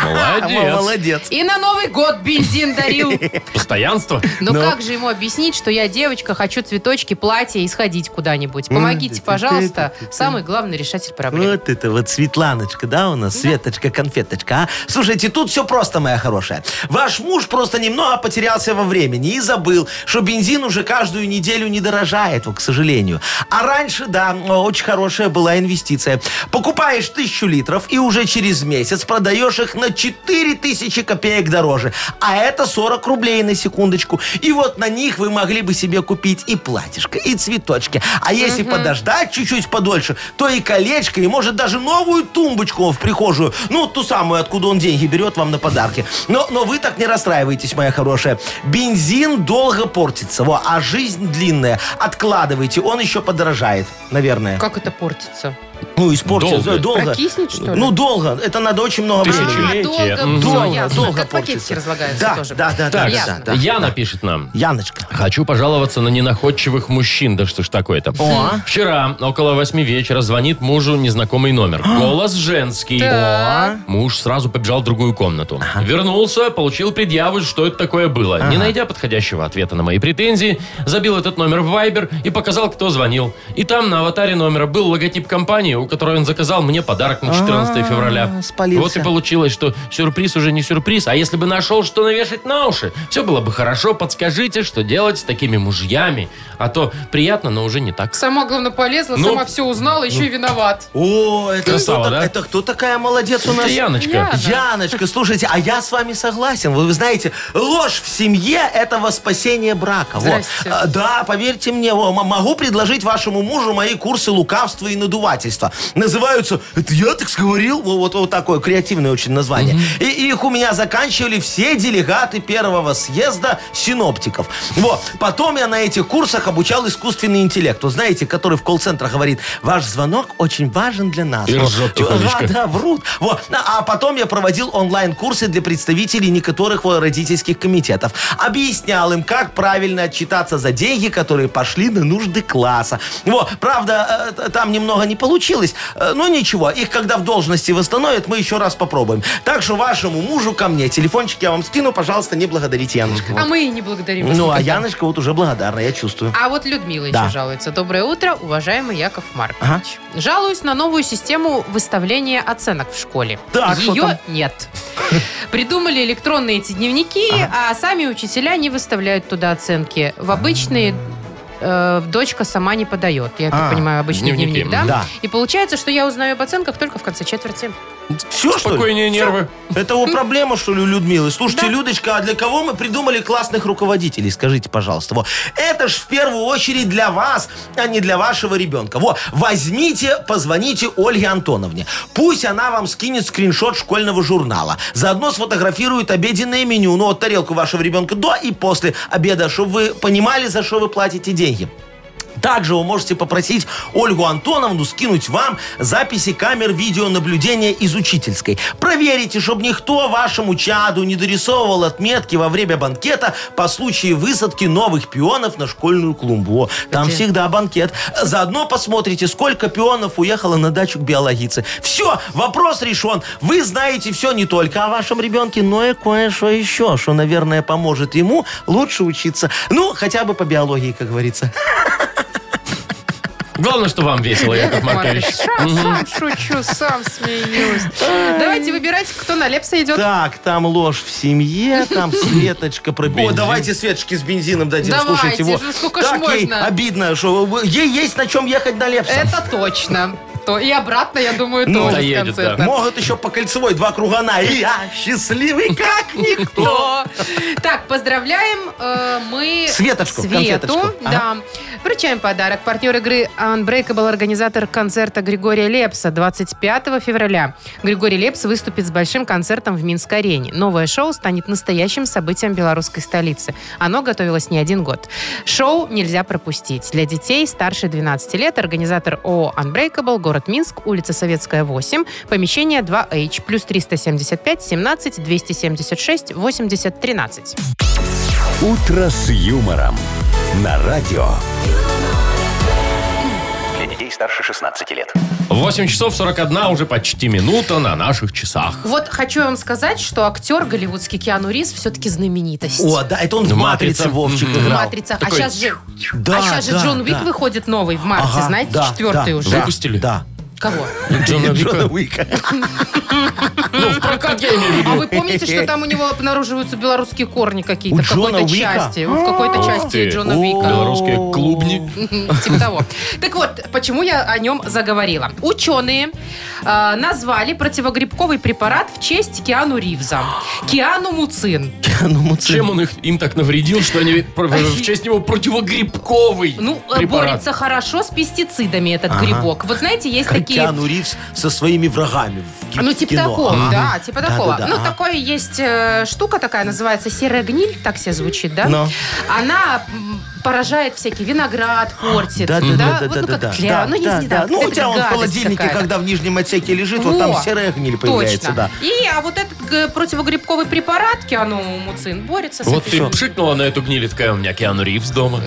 Молодец.
Молодец.
И на Новый год бензин
<laughs>
дарил.
Постоянство.
Но как же ему объяснить, что я девочка, хочу цветочки, платье и сходить куда-нибудь? Помогите, пожалуйста. Самый главный решатель проблем.
Вот это вот Светланочка, да, у нас? Светочка, конфеточка, а? Слушайте, тут все просто, моя хорошая. Ваш муж просто немного потерялся во времени и забыл, что бензин уже каждую неделю не дорожает, вот, к сожалению. А раньше, да, очень хорошая была инвестиция. Покупаешь тысячу литров и уже через месяц продаешь их на 4000 копеек дороже. А это 40 рублей на секундочку. И вот на них вы могли бы себе купить и платьишко, и цветочки. А если подождать чуть-чуть подольше, то и колечко, и может даже новую тумбочку вам в прихожую. Ну, ту самую, откуда он деньги берет вам на подарки. Но, но вы так не расстраивайтесь, моя хорошая. Бензин долго портится, во, а жизнь длинная. Откладывайте, он еще подорожает, наверное.
Как это портится?
Ну, испортится
Долго?
долго. долго.
Прокиснет, что ли?
Ну, долго. Это надо очень много
Тысячи
А,
времени.
Тысячелетие.
долго,
Мгм.
всё,
Долго,
ясно.
долго
Как пакетики
портится.
разлагаются
Да,
тоже.
да, да, да,
Так,
Ясно.
да, да.
Яна пишет нам.
Яночка.
Хочу пожаловаться на ненаходчивых мужчин. Да что ж такое-то?
О.
Вчера около восьми вечера звонит мужу незнакомый номер.
А.
Голос женский.
Так.
Муж сразу побежал в другую комнату. Вернулся, получил предъяву, что это такое было. Не найдя подходящего ответа на мои претензии, забил этот номер в Viber и показал, кто звонил. И там на аватаре номера был логотип компании, у которой он заказал мне подарок на 14 февраля.
А, спалился.
Вот и получилось, что сюрприз уже не сюрприз, а если бы нашел, что навешать на уши, все было бы хорошо. Подскажите, что делать с такими мужьями, а то приятно, но уже не так.
Сама, главное, полезла,
Ну,
сама все узнала, еще и виноват.
О, это,
Красава,
кто, так-
да?
это кто такая молодец у нас?
Это Яночка.
Яна.
Яночка, слушайте, а я с вами согласен. Вы, вы знаете, ложь в семье – это во спасение брака. Во.
Здрасте.
А, Да, поверьте мне, во, м- могу предложить вашему мужу мои курсы лукавства и надувательства. Называются «Это я так сговорил?» Во, Вот, вот такое креативное очень название. И их у меня заканчивали все делегаты первого съезда синоптиков. Вот. Потом я на этих курсах обучал искусственный интеллект. Вот знаете, который в колл-центрах говорит «Ваш звонок очень важен для нас».
И
Вот.
ржет тихонечко.
Да, да, врут. Вот. А потом я проводил онлайн-курсы для представителей некоторых вот родительских комитетов. Объяснял им, как правильно отчитаться за деньги, которые пошли на нужды класса. Вот. Правда, э, там немного не получилось. Э, Но ничего, их когда в должности восстановят, мы еще раз попробуем. Так что вашему мужу ко мне. Телефончик я вам скину, пожалуйста, не благодарите Яночка.
А мы и не благодарим. вас
Ну, а
никогда.
Яночка вот уже благодарна, я чувствую.
А вот Людмила
Да.
еще жалуется. Доброе утро, уважаемый Яков Маркович. Жалуюсь на новую систему выставления оценок в школе.
Так, что
Ее
там?
нет. Придумали электронные эти дневники, а сами учителя не выставляют туда оценки. В обычные э, дочка сама не подает. Я так
А,
понимаю, обычный
дневники.
дневник, да?
Да.
И получается, что я узнаю об оценках только в конце четверти.
Все, что ли?
Спокойнее нервы.
Это его проблема, что ли, у Людмилы? Слушайте,
Да.
Людочка, а для кого мы придумали классных руководителей? Скажите, пожалуйста. Во. Это ж в первую очередь для вас, а не для вашего ребенка. Во, возьмите, позвоните Ольге Антоновне. Пусть она вам скинет скриншот школьного журнала. Заодно сфотографирует обеденное меню, ну, вот тарелку вашего ребенка до и после обеда, чтобы вы понимали, за что вы платите деньги. Также вы можете попросить Ольгу Антоновну скинуть вам записи камер видеонаблюдения из учительской. Проверите, чтобы никто вашему чаду не дорисовывал отметки во время банкета по случаю высадки новых пионов на школьную клумбу. О, Там
Где?
всегда банкет. Заодно посмотрите, сколько пионов уехало на дачу к биологице. Все, вопрос решен. Вы знаете все не только о вашем ребенке, но и кое-что еще, что, наверное, поможет ему лучше учиться. Ну, хотя бы по биологии, как говорится.
Главное, что вам весело, Яков Маркович.
Сам, сам шучу, сам смеюсь. Давайте выбирать, кто на лепса идет.
Так, там ложь в семье,
<laughs>
там Светочка пробила. О, давайте Светочке с бензином дадим.
Давайте,
Слушайте, вот.
ну сколько ж
так ей
можно?
обидно, что ей есть на чем ехать на Лепса.
Это точно. То, и обратно, я думаю,
Ну,
тоже с
доедет,
концерта.
да.
Могут еще по кольцевой два кругана. И я счастливый,
<laughs>
как никто.
Кто? Так, поздравляем э, мы
Светочку,
Свету.
конфеточку.
Да. Вручаем подарок. Партнер игры Unbreakable, организатор концерта Григория Лепса 25 февраля. Григорий Лепс выступит с большим концертом в Минской арене. Новое шоу станет настоящим событием белорусской столицы. Оно готовилось не один год. Шоу нельзя пропустить. Для детей старше 12 лет организатор ООО Unbreakable, город Минск, улица Советская, 8, помещение 2H, плюс 375, 17, 276, 80, 13.
«Утро с юмором» на радио.
Для детей старше 16 лет.
8 часов 41 уже почти минута на наших часах.
Вот хочу вам сказать, что актер голливудский Киану Ривз все-таки знаменитость.
О, да, это он в
Матрица.
«Матрице» Вовчик
в
играл.
«Матрицах».
Такой-
а сейчас же,
Да,
а сейчас же
да,
Джон Уик
да.
выходит новый в марте,
Ага,
знаете,
да,
четвертый
да,
уже.
да,
Выпустили?
Да.
Кого?
Джона
<laughs> Джона
Вика.
Уика.
Ну, в прокат я имею в виду.
А вы помните, что там у него обнаруживаются белорусские корни какие-то
У
в какой-то
Джона Уика?
части? В какой-то
Ух
части
ты.
Джона
О.
Уика.
Белорусские клубни.
Типа того. Так вот, почему я о нем заговорила. Ученые э, назвали противогрибковый препарат в честь Киану Ривза. Киану Муцин.
Ну, мы ц-
Чем он их, им так навредил, что они про- в честь него противогрибковый
Ну, э,
препарат.
борется хорошо с пестицидами этот грибок. Вот знаете, есть такие...
Киану Ривз со своими врагами в ки-
Ну, типа
кино.
такого,
Ага.
да, типа такого.
Да-да-да,
ну,
ага.
такое есть э, штука такая, называется серая гниль, так все звучит, да?
Но.
Она м, поражает всякий виноград, портит.
А, Да, да, да,
вот,
да,
ну,
да,
как
да.
кля- ну, не
да,
знаю,
да. Ну, у
какая-то
тебя он в
гадость
холодильнике,
какая-то.
когда в нижнем отсеке лежит, вот там
Во.
серая гниль появляется,
Точно.
да.
И а вот этот г- противогрибковый препарат кианомуцин борется с
Вот
этой
ты пшикнула на эту гниль, и такая, у меня Киану Ривз дома.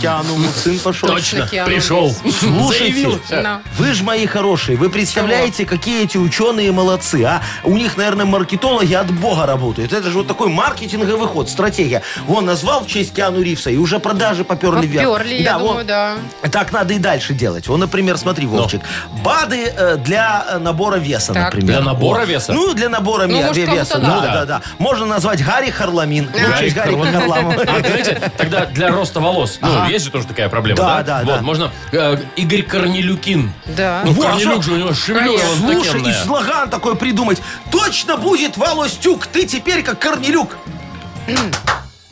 Киану Муцин пошел.
Точно,
Киану
пришел. <laughs>
Ривз.
Слушайте,
Да.
вы же мои хорошие, вы представляете, какие эти ученые молодцы, а? У них, наверное, маркетологи от бога работают. Это же вот такой маркетинговый ход, стратегия. Вон, назвал в честь Киану Ривса, и уже продажи поперли вверх.
Поперли, я
вон.
думаю, да.
Так надо и дальше делать. Вот, например, смотри,
Ну.
Вовчик, БАДы э, для э, набора веса,
Так.
например.
Для набора
Вот.
веса?
Ну, для набора
Ну,
ме-
может, кому-то
веса.
да.
Да,
Ну, да.
да, да. Можно назвать Гарри Харламин. Ну, в честь Гарри Харламова.
<laughs> А, знаете, тогда для роста волос, ну, есть же тоже такая проблема, да?
Да, да,
Вот,
да.
можно э, Игорь Корнелюкин.
Да.
<laughs>
Ну,
Во,
Корнелюк
а
же у него шевелюра
Конечно.
вот
Слушай, и слоган такой придумать. Точно будет, Волостюк, ты теперь как Корнелюк.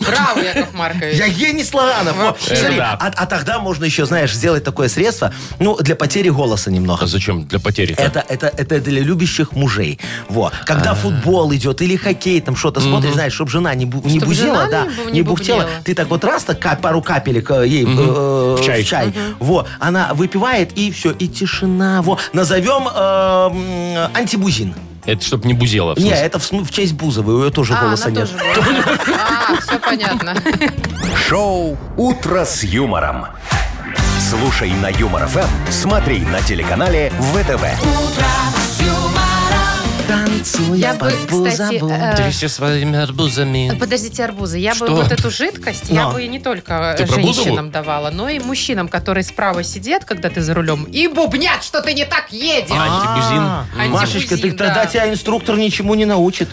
Браво, Яков Маркович.
Я гений слоганов. Во,
Вообще.
смотри,
Это да.
а, а тогда можно еще, знаешь, сделать такое средство, ну, для потери голоса немного.
А зачем для потери?
Это, это, это для любящих мужей. Во.
А.
Когда футбол идет или хоккей, там что-то смотришь, знаешь, чтобы жена не, бу- не
Чтоб жена
бузела,
не
да,
бу- не
не бухтела.
бубнела.
Ты так вот раз, так ка- пару капелек э, ей э,
В чай.
в чай. Во. Она выпивает, и все, и тишина. Во. Назовем э, м, антибузин.
Это чтобы не бузело. в
Не,
смысле.
это в, см- в честь Бузовой, у ее тоже
А,
голоса
она
нет.
тоже была. А, все понятно.
Шоу «Утро с юмором». Слушай на Юмор ФМ, смотри на телеканале ВТВ.
Танцуя
Я бы,
под
кстати,
Бузовой.
э,
Тряси своими арбузами.
Подождите, арбузы. Я
Что?
бы вот эту жидкость, я
Но.
бы не только э,
Ты про Бузову?
женщинам давала, но и мужчинам, которые справа сидят, когда ты за рулем, и бубнят, что ты не так едешь.
А, антибузин.
А, Машечка, ты
Антибузин,
тогда
да.
тебя инструктор ничему не научит.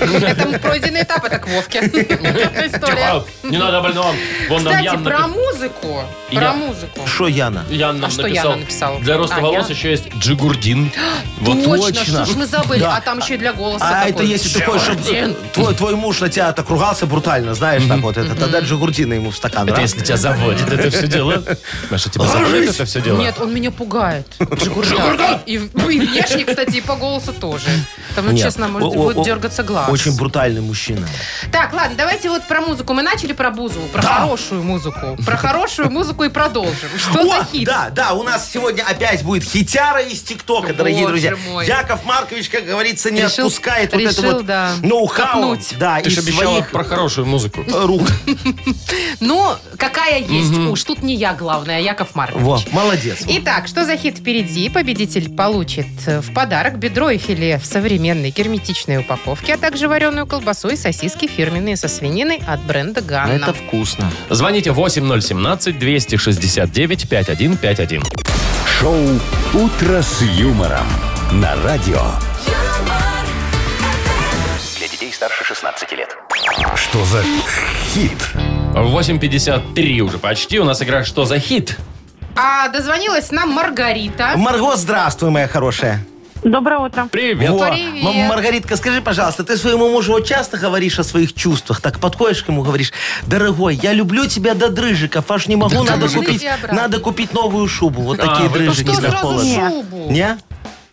Это пройденный этап, это к Вовке. История.
Тихо, Не надо больного. Вон нам
Кстати,
Ян
про
напи-
музыку.
Я-
Про музыку.
Шо, Яна?
Ян
А
нам
что
написал.
Яна написала?
Для роста
А,
волос
я?
еще есть джигурдин. Вот.
Точно, что ж мы забыли.
Да.
А там еще и для голоса
А это
такой.
если такое, что твой, твой муж на тебя так ругался брутально, знаешь, так вот, это тогда джигурдина ему в стакан.
Это
раз.
если тебя заводит, это все дело. Маша, тебя заводит это все дело?
Нет, он меня пугает. Джигурда. И, ну, и внешне, кстати, и по голосу тоже. Там, ну,
Нет.
честно, может,
О- о-
будет
о-
дергаться глаз.
Очень брутальный мужчина.
Так, ладно, давайте вот про музыку. Мы начали про бузу, про хорошую музыку. Про хорошую музыку и
<laughs>
продолжим. Что
О,
за хит?
Да, да, у нас сегодня опять будет хитяра из ТикТока, дорогие
боже
друзья.
мой.
Яков Маркович, как говорится, не
Решил-
отпускает вот
решил,
это вот
да,
ноу-хау.
копнуть.
Да,
Ты
из
же обещала
своих
про хорошую музыку.
рук.
Ну, какая есть. Уж тут не я главная, а Яков Маркович.
Во, молодец.
Итак, что за хит впереди? Победитель получит э, в подарок бедро и филе в современной герметичной упаковке, а также вареную колбасу и сосиски фирменные со свининой от бренда Ганна.
Это вкусно.
Звоните 8017-269-5151.
Шоу «Утро с юмором» на радио.
юмор,
Для детей старше 16 лет.
А Что за хит?
8.53 уже почти. У нас игра «Что за хит?»
А дозвонилась нам Маргарита.
Марго, здравствуй, моя хорошая.
Доброе утро.
Привет.
Во.
Привет.
М- Маргаритка, скажи, пожалуйста, ты своему мужу вот часто говоришь о своих чувствах? Так подходишь к нему, говоришь, дорогой, я люблю тебя до дрыжиков, аж не могу, надо
конечно.
купить,
Иди обратно.
надо купить новую шубу. Вот
А,
такие
вы
дрыжики
Что
для
сразу
холода.
Нет.
шубу?
Не?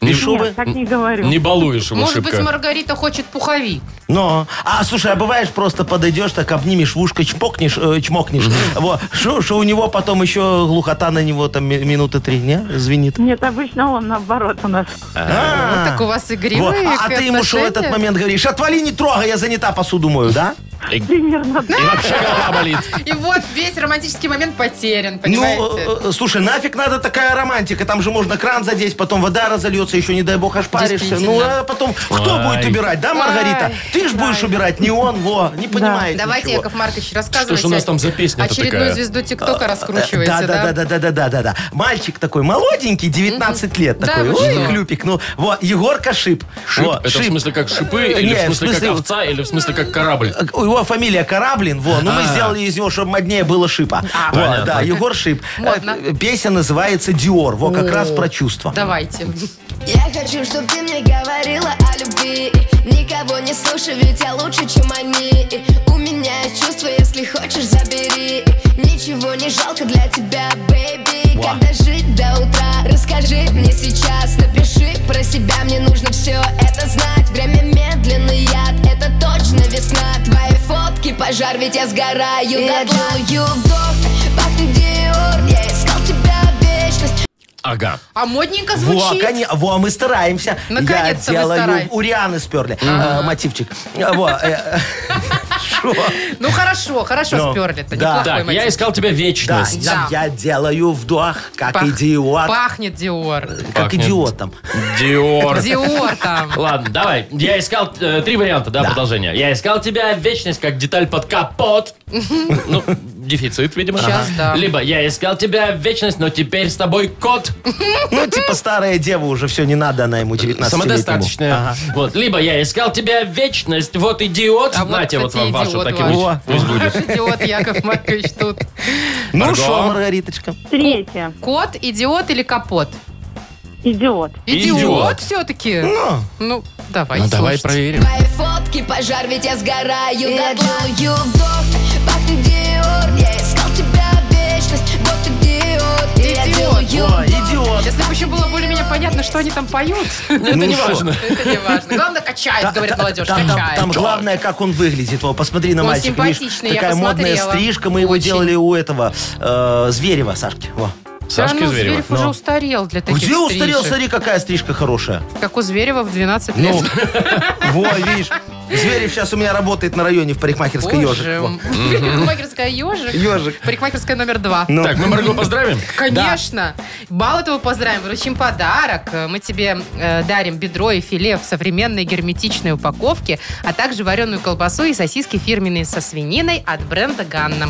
Не-
Без шубы?
Нет, так не говорю.
Не балуешь его
Может быть,
шибко.
Маргарита хочет пуховик.
Но. А, слушай, а бываешь, просто подойдешь, так обнимешь в ушко, чпокнешь, э, чмокнешь. Вот. Что что у него потом еще глухота на него там ми- минуты три, не? Звенит.
Нет, обычно он наоборот у нас.
А.
Так у вас
Вот.
игривые
А- А ты ему что в этот
отношения?
момент говоришь? Отвали, не трогай, я занята посуду мою, да?
Примерно так.
И вообще голова болит.
И вот весь романтический момент потерян,
Ну,
понимаете?
э, э, слушай, нафиг надо такая романтика. Там же можно кран задеть, потом вода разольется, еще, не дай бог, ошпаришься. Ну,
Действительно.
а потом кто
Ай.
будет убирать, да, Маргарита?
Ай,
Ты ж будешь убирать, не он, во, не понимает
Давайте,
э, ничего.
Яков Маркович,
Что
рассказывайте.
ж у нас там за песня-то
Очередную
такая?
звезду ТикТока раскручиваете,
А, э, да? Да, да, да, да, да, да, да. Мальчик такой молоденький, 19 лет
Да,
такой.
вы что?
Ой, хлюпик. Ну, вот, Егорка Шип.
Шип?
Во,
это в смысле как шипы, или
Не,
в смысле как
смысле-
овца, или в смысле как корабль?
Э, Его фамилия Кораблин, во, ну мы
А.
сделали из него, чтобы моднее было Шипа. Во,
понятно.
да, Егор Шип. Э,
А, Модно.
э, Песня называется «Диор», во, как
О.
раз про чувства.
Давайте.
Я хочу, чтобы ты мне говорила о любви Никого не слушай, ведь я лучше, чем они У меня есть чувства, если хочешь, забери Ничего не жалко для тебя, бэйби
Ва.
Когда жить до утра, расскажи мне сейчас Напиши про себя, мне нужно все это знать Время медленный яд, это точно весна Твои фотки пожар, ведь я сгораю Я делаю вдох, пахнет Диор Я искал тебя вечность
Ага.
А модненько
Во,
звучит.
коне- во, мы стараемся.
Наконец-то вы
Я делаю...
стараетесь.
У Рианы сперли э, мотивчик. Э, Во, э, шо?
Ну хорошо, хорошо
Ну,
сперли-то.
да.
неплохой
Так, я
мотив.
искал тебя
Да,
вечность.
я- я делаю вдох, как
Пах-
идиот.
Пахнет Диор.
Как
Пахнет.
идиотом.
Диор.
Диор там.
Ладно, давай. Я искал э, три варианта, да, продолжения. Я искал тебя вечность как деталь под капот. Ну, дефицит, видимо.
Сейчас,
Ага.
да.
Либо я искал тебя вечность, но теперь с тобой кот.
Ну, типа старая дева уже, все, не надо она ему 19
Самодостаточная. Вот. Либо я искал тебя вечность, вот идиот.
А вот,
Нате, вот
кстати,
вам вашу
идиот
таким.
ваш.
вот. Пусть будет.
Идиот Яков Маркович тут.
Ну
Марго?
что, Маргариточка?
Третье.
Кот, идиот или капот?
Идиот.
Идиот,
Идиот.
все-таки. Ну, давай.
Ну, давай
слушайте.
проверим.
Твои фотки, пожар, ведь я сгораю Я делаю вдох, пахнет Диор Я искал тебя вечность, вот ты Диор И я
Идиот.
делаю
О,
вдох.
идиот.
Если бы еще было более-менее понятно, что они там поют. <laughs>
Это
Ну
не
что?
важно.
Это не важно. Главное,
Та-
качает, говорит
та-
молодежь,
Там, там-
качает.
там главное, как он выглядит. Во, посмотри на
Он
мальчика. видишь,
симпатичный, я
такая модная
посмотрела.
стрижка. Мы его
Очень.
делали у этого э, Зверева, Сашки. Во.
Всё равно
Сашки Зверева.
Зверев уже устарел для таких
Где устарел?
стрижек.
Смотри, какая стрижка хорошая.
Как у Зверева в 12 лет.
Ну, <laughs> во, видишь. Зверев сейчас у меня работает на районе в парикмахерской ежик.
Боже.
Во.
Парикмахерская ежик.
Ежик.
Парикмахерская номер два.
Ну.
Так, мы Марго поздравим.
<laughs> Конечно. Мало того, поздравим, вручим подарок. Мы тебе э, дарим бедро и филе в современной герметичной упаковке, а также вареную колбасу и сосиски фирменные со свининой от бренда «Ганна».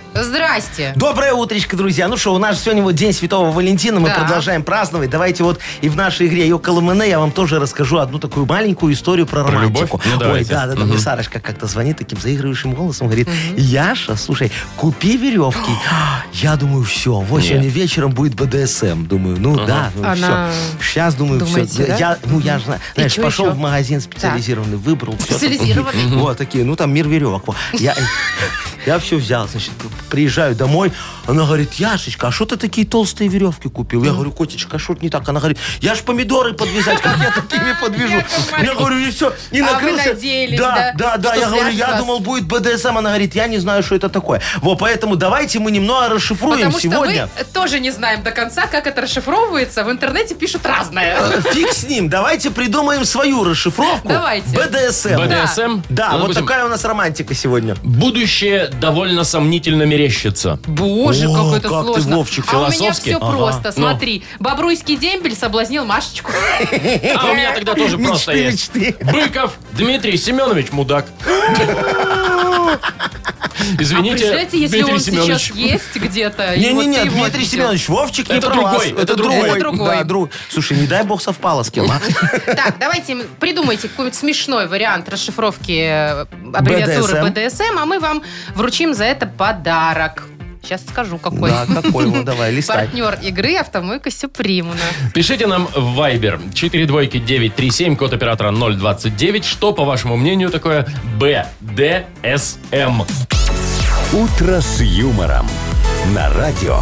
Здрасте.
Доброе утречко, друзья. Ну что, у нас сегодня вот День Святого Валентина, мы
Да.
продолжаем праздновать. Давайте вот и в нашей игре «Йоколо Мене» я вам тоже расскажу одну такую маленькую историю про, романтику.
любовь? Ну,
Ой,
давайте.
да, да, да. Мне Сарочка как-то звонит таким заигрывающим голосом, говорит, Яша, слушай, купи
<gasps>
веревки. я думаю, все, вот
Нет.
сегодня вечером будет БДСМ. Думаю, ну да, ну
Она-
все. Сейчас думаю,
Думаете,
все.
да?
Я, ну я же, зна-
И
знаешь,
чё
пошел
ещё?
в магазин специализированный, выбрал. всё там.
Специализированный.
Мгм. Вот такие, ну там мир веревок. Во. Я, я все взял, значит, приезжаю домой. Она говорит, Яшечка, а что ты такие толстые веревки купил? Я говорю, котечка, а что не так? Она говорит, я ж помидоры подвязать, как
<laughs>
я такими подвяжу? Я говорю, и все. И
А вы
накрылся.
надеялись,
да,
да,
да, да.
что
Я говорю,
свяжет
я
вас?
думал, будет БДСМ. Она говорит, я не знаю, что это такое. Вот, поэтому давайте мы немного расшифруем
Потому что <laughs>
Ну сегодня.
мы тоже не знаем до конца, как это расшифровывается. В интернете пишут разное.
Э, Фиг с ним, давайте придумаем свою расшифровку.
Давайте.
БДСМ.
БДСМ?
Да,
Ну,
вот
допустим,
такая у нас романтика сегодня.
Будущее довольно сомнительно мерещится.
Боже,
О,
как это
как ты,
сложно.
Вовчик,
а у меня
философски.
все
Ага.
просто.
Ну.
Смотри, бобруйский дембель соблазнил Машечку.
А у меня тогда тоже
Э, <laughs> Мечты,
просто есть.
мечты.
Быков Дмитрий Семенович мудак. Извините,
А Представляете, если
Дмитрий
он
Семенович.
сейчас есть где-то. и вот
Не-не-не,
ты его
Дмитрий
отведешь.
Семенович, Вовчик не
Это
про вас.
другой, это другой.
Это другой.
Да, друг. Слушай, не дай бог совпало с кем,
<laughs>
а?
Так, давайте м- придумайте какой-нибудь смешной вариант расшифровки э, аббревиатуры
BDSM.
БДСМ, а мы вам вручим за это подарок. Сейчас скажу, какой.
Да, какой, ну давай, листай.
Партнер игры «Автомойка Сюприм» у нас.
Пишите нам в Viber 42937, код оператора 029. Что, по вашему мнению, такое БДСМ?
«Утро с юмором» на радио.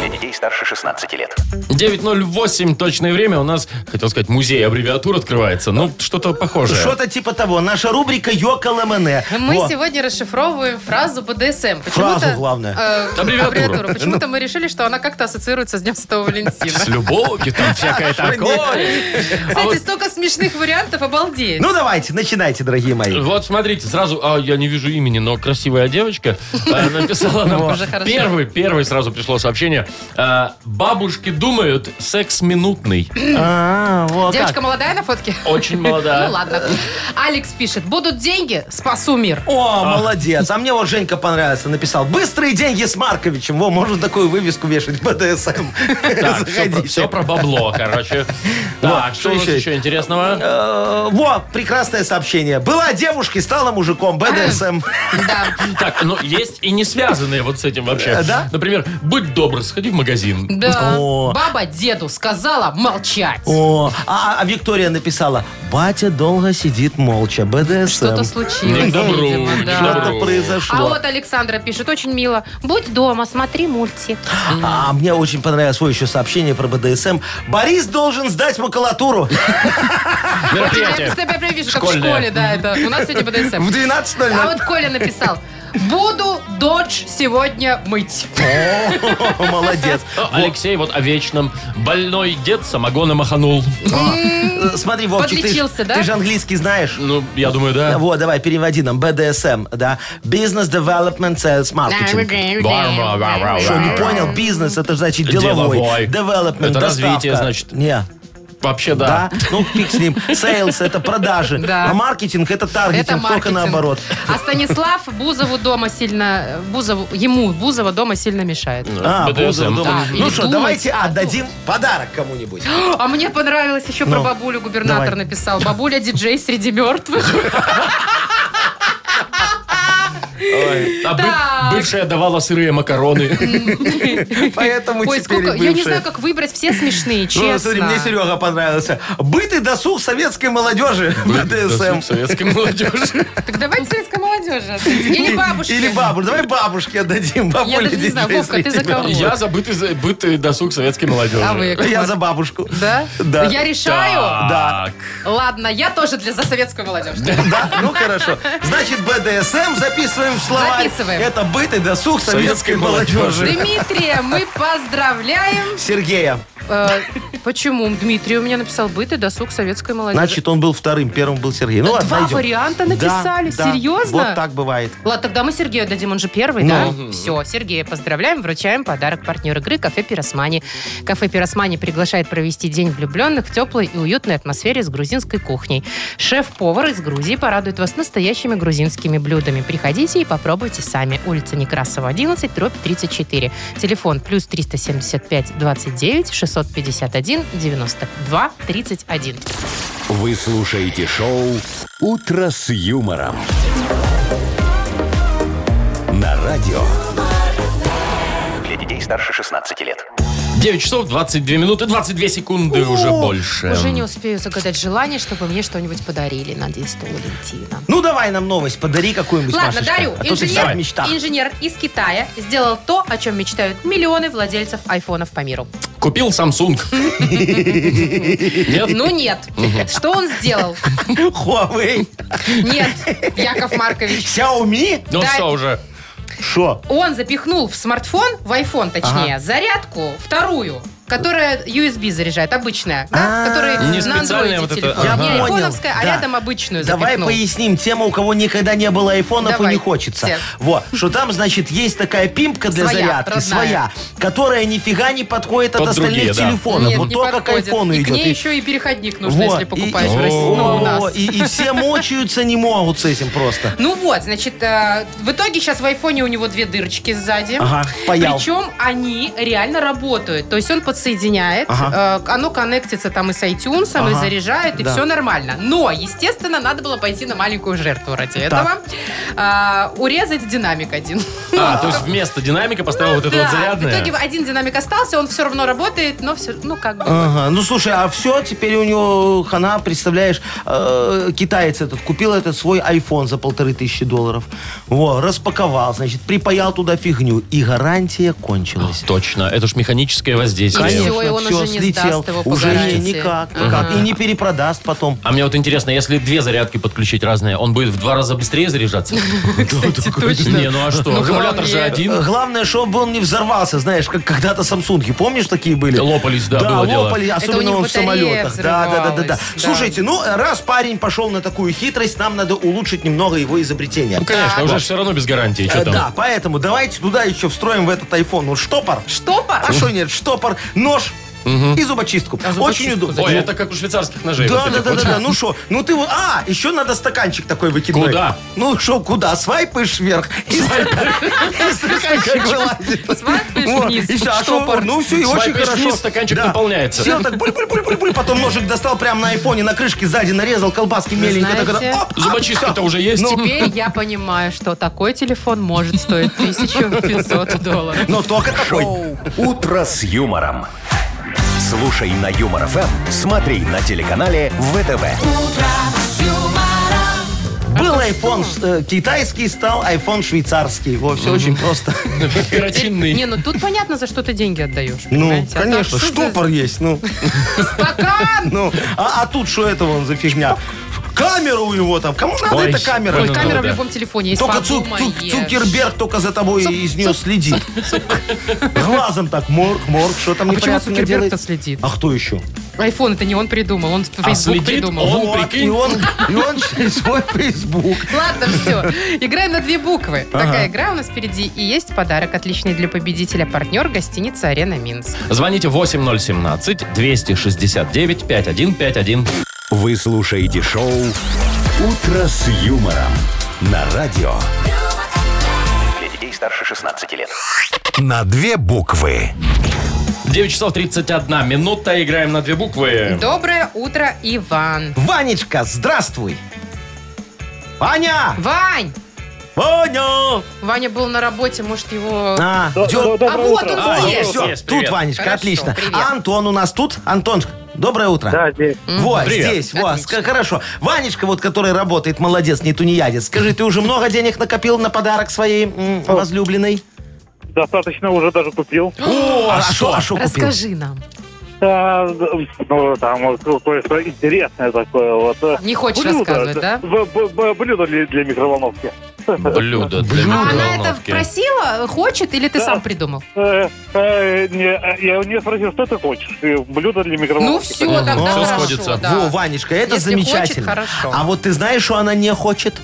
Для детей старше 16 лет.
9.08, точное время. У нас, хотел сказать, музей аббревиатур открывается. Ну, что-то похожее.
Что-то типа того. Наша рубрика Йока Ламене.
Мы
Во.
сегодня расшифровываем фразу БДСМ.
Фразу, главное. ну.
э,
Аббревиатуру.
Почему-то мы решили, что она как-то ассоциируется с Днем Святого
<laughs> С
Валентина.
любовью, там всякое такое. А
Кстати,
вот-
столько смешных вариантов, обалдеть.
Ну давайте, начинайте, дорогие мои.
Вот смотрите, сразу, а я не вижу имени, но красивая девочка э, написала нам
Уже хорошо.
первый, первый сразу пришло сообщение. э, Бабушки думают, секс минутный.
А, вот
Девочка
как.
молодая на фотке?
Очень
Ну
молодая.
ладно. Алекс пишет, будут деньги, спасу мир.
О, молодец. А мне вот Женька понравился, написал. Быстрые деньги с Марковичем. Во, можно такую вывеску вешать БДСМ.
Так, все про,
Заходите.
всё про бабло,
<laughs>
короче. Так,
Вот,
что у нас
еще есть?
еще интересного?
Э, Во, прекрасное сообщение. Была девушкой, стала мужиком.
А.
БДСМ.
Да.
Так, ну есть и не связанные вот с этим вообще.
Э, да?
Например, будь добр, сходи в магазин.
Да.
О.
Баба деду сказала молчать.
О, а, а Виктория написала, батя долго сидит молча, БДСМ.
Что-то случилось,
Не к добру,
видимо,
не к
да.
добру.
Что-то произошло.
А вот Александра пишет, очень мило. Будь дома, смотри мультик.
А мне очень понравилось свое еще сообщение про БДСМ. Борис должен сдать макулатуру.
Я
Мероприятие.
просто тебя вижу, как в
Школьное.
школе, да, это. У нас сегодня
В
БДСМ. А
12.00.
вот Коля написал, буду дочь сегодня мыть. А
О,
<laughs>
Молодец.
О, Алексей вот о вечном. Больной дед самогона маханул.
Э, Смотри, Вовчик, ты ж-
Подлечился, да?
ты же английский знаешь.
Ну, я думаю, да.
Вот, давай, переводи нам. БДСМ, да? Business Development Sales Marketing. Что, не понял? Бизнес, это ж значит деловой.
Деловой.
Development,
Это развитие,
доставка.
значит.
Не,
Вообще, да.
Да. Ну, фиг с ним. Сейлс – это продажи.
Да.
А маркетинг – это
Это
таргетинг, только
маркетинг.
наоборот.
А Станислав Бузову дома сильно... Бузову, ему Бузова дома сильно мешает.
А,
БДСМ.
Бузов дома.
Да,
Ну
или
что,
думать,
давайте
а
отдадим подарок кому-нибудь.
А мне понравилось еще про
Ну,
бабулю губернатор
давай.
написал. Бабуля диджей среди
<laughs>
мертвых.
А бы-
Так.
бывшая давала сырые
<laughs>
макароны.
Поэтому
Ой,
А теперь
сколько... Я не
бывшие.
знаю, как выбрать все смешные,
<laughs> Ну,
честно.
смотри, мне Серега понравился. Быт и досуг советской молодежи. БДСМ.
Досуг советской молодежи.
Так давайте советской молодежи. Или бабушки.
Или бабушке. Давай бабушке отдадим.
Я
Бабуле
даже не знаю,
диджей
Вовка, ты за
среди
кого?
мертвых.
Я забытый за- бытый досуг советской молодежи.
А вы?
Я за бабушку.
Да?
Да.
Я решаю?
Так.
Ладно, я тоже для за советскую молодежь.
Да? Ну, хорошо. Значит, БДСМ записываем в словарь.
Записываем.
Это быт и досуг советской
Советской молодежи.
молодежи.
Дмитрия мы поздравляем
Сергея.
э, почему Дмитрий у меня написал быт и досуг советской молодежи.
Значит, он был вторым, первым был Сергей. Ну, ладно,
Два
найдем.
варианта
Да,
написали?
да.
Серьезно?
Вот так бывает.
Ладно, тогда мы Сергею дадим, он же первый,
Ну.
да? Все, Сергея поздравляем, вручаем подарок партнер игры «Кафе Пиросмани». «Кафе Пиросмани» приглашает провести День влюбленных в теплой и уютной атмосфере с грузинской кухней. Шеф-повар из Грузии порадует вас настоящими грузинскими блюдами. Приходите и попробуйте сами. Улица Некрасова, 11, дробь 34. Телефон плюс 375 29 651 92 31.
Вы слушаете шоу «Утро с юмором». На радио.
Для детей старше 16 лет.
9 часов 22 минуты, 22 секунды уже больше.
Уже не успею загадать желание, чтобы мне что-нибудь подарили на День Святого Валентина.
Ну, давай нам новость, подари какую-нибудь,
Ладно,
Машечка.
дарю.
А то ты вся
инженер,
в мечтах.
инженер из Китая сделал то, о чем мечтают миллионы владельцев айфонов по миру.
Купил
<laughs>
Samsung. Нет?
Ну нет. Что он сделал?
<laughs> Huawei.
Нет, Яков Маркович.
Xiaomi?
Ну
да.
все уже.
Шо?
Он запихнул в смартфон, в iPhone точнее, зарядку вторую, которая USB заряжает, обычная, да?
А,
Которая
Не
на
специальная
андроиде
вот эта,
телефон.
Я
Не
понял,
айфоновская, а
да.
рядом обычную
Давай
запихнул.
поясним тем, у кого никогда не было айфонов
Давай,
и не хочется.
все.
Вот, что там, значит, есть такая пимпка для
Своя,
зарядки,
родная.
своя, которая нифига не подходит
Под
от остальных
другие, да.
телефонов.
Нет,
вот
не
то, как к
подходит.
айфону
и
идет.
к ней
И-
еще и переходник нужно,
Вот,
если
и-
покупаешь
и-
в России. Ну, у
О,
нас.
И,
<laughs>
и все мочаются, не могут с этим просто.
Ну вот, значит, э, в итоге сейчас в айфоне у него две дырочки сзади.
Ага, паял.
Причем они реально работают. То есть он подсоединяет,
Ага.
э, оно коннектится там и с iTunes, и
Ага.
заряжает, и
Да.
все нормально. Но, естественно, надо было пойти на маленькую жертву ради этого. А, урезать динамик один.
А, то есть вместо динамика поставил вот это
Ну Да,
вот
В итоге
зарядное.
один динамик остался, он все равно работает, но все, ну как бы.
Ага, ну слушай, а все, теперь у него хана, представляешь, э, китаец этот купил этот свой iPhone за полторы тысячи долларов. Во, распаковал, значит, припаял туда фигню, и гарантия кончилась.
Точно, это ж механическое воздействие.
И всё, и он
всё,
уже не сдаст его по
уже
гарантии.
не- никак, никак. И не перепродаст потом.
А мне вот интересно, если две зарядки подключить разные, он будет в два раза быстрее заряжаться?
Кстати, точно.
Не, ну а что?
Ну,
Аккумулятор же
вполне.
Э,
один.
Главное, чтобы он не взорвался, знаешь, как когда-то Самсунги, помнишь, такие были?
Лопались, да, было дело.
лопали,
у
особенно
них
он в
батарея
самолетах. Да, да, да, да, да.
взрывалась, да.
Слушайте, ну, раз парень пошел на такую хитрость, нам надо улучшить немного его изобретение.
Ну, конечно, уже все равно без гарантии.
Э,
Что там?
Да, поэтому давайте туда еще встроим в этот iPhone вот штопор.
Штопор? А
А что нет, штопор, нож и зубочистку. Очень удобно.
Ой, это как у швейцарских ножей.
Да,
вот
да,
этих
да,
вот.
да, да. Ну что, ну ты вот... А, еще надо стаканчик такой выкидной.
Куда?
Ну что, куда? Свайпаешь вверх. И стаканчик вылазит.
Свайпаешь
Вот,
вниз,
И все, а что?
штопор.
Ну все, и очень
Свайпаешь
хорошо.
вниз, стаканчик
Да.
наполняется.
Сел так, буль буль буль буль буль потом ножик достал прямо на айфоне, на крышке сзади нарезал колбаски меленько. так,
знаете,
оп,
<laughs>
оп,
Зубочистка-то уже есть.
Ну,
Теперь я понимаю, что такой телефон может стоить 1500 долларов.
Но только такой.
«Утро с юмором». Слушай на Юмор ФМ, смотри на телеканале ВТВ.
Был iPhone э, китайский, стал iPhone швейцарский. Во, все очень просто.
Не,
Перочинный.
ну тут понятно, за что ты деньги отдаешь.
Ну,
понимаете? А так
конечно,
что за
штопор есть. Ну,
<laughs>
<laughs>
Стакан!
ну. А, а тут что это вон за фигня? Камера у него там. Кому надо
Ой,
эта камера?
ой,
Ой, ну камера в
да.
любом телефоне есть, А
Только Цу- Цу-
подумаешь.
Цукерберг только за тобой из нее следит. <laughs> Глазом так морг, морг, что там
А почему
непонятно
Цукерберг-то
делает.
следит?
А кто еще?
Айфон это не он придумал, он Facebook
следит
придумал.
он?
Вот,
прикинь.
и он, и он <laughs> через свой Facebook.
Ладно,
<laughs>
все. Играем на две буквы. Такая игра у нас впереди. И есть подарок отличный для победителя. Партнер гостиница «Арена Минск».
Звоните 8017-269-5151.
Вы слушаете шоу «Утро с юмором» на радио.
Для детей старше 16 лет.
На две буквы.
9 часов 31 минута. Играем на две буквы.
Доброе утро, Иван.
Ванечка, здравствуй. Ваня!
Вань!
Ваня!
Ваня был на работе, может, его...
А, идет-
а вот
утро.
он
А,
здесь!
есть,
Всё,
есть,
тут
привет.
Ванечка,
Хорошо,
отлично.
привет.
А Антон у нас тут? Антон, доброе утро.
Да, здесь.
Вот,
Привет.
здесь, вот,
Отлично.
ск- хорошо. Ванечка, вот, который работает, молодец, не тунеядец. Скажи, ты уже много денег накопил на подарок своей м, возлюбленной?
Достаточно уже даже купил.
О, а что, а что купил?
Расскажи нам.
А, ну, там вот кое-что интересное такое. Вот.
Не хочешь рассказывать, да?
Блюдо для, для микроволновки.
Блюдо для
Ну,
А она это
микроволновки.
просила, хочет или ты
Да.
сам придумал?
Э, э, не, э, Я у нее спросил, что ты хочешь? Э, Блюдо для микроволновки.
Ну все,
Мгм.
тогда
Всё
хорошо.
сходится.
да.
Во, Ванечка, это
Если хочет,
замечательно.
хорошо.
А вот ты знаешь, что она не хочет?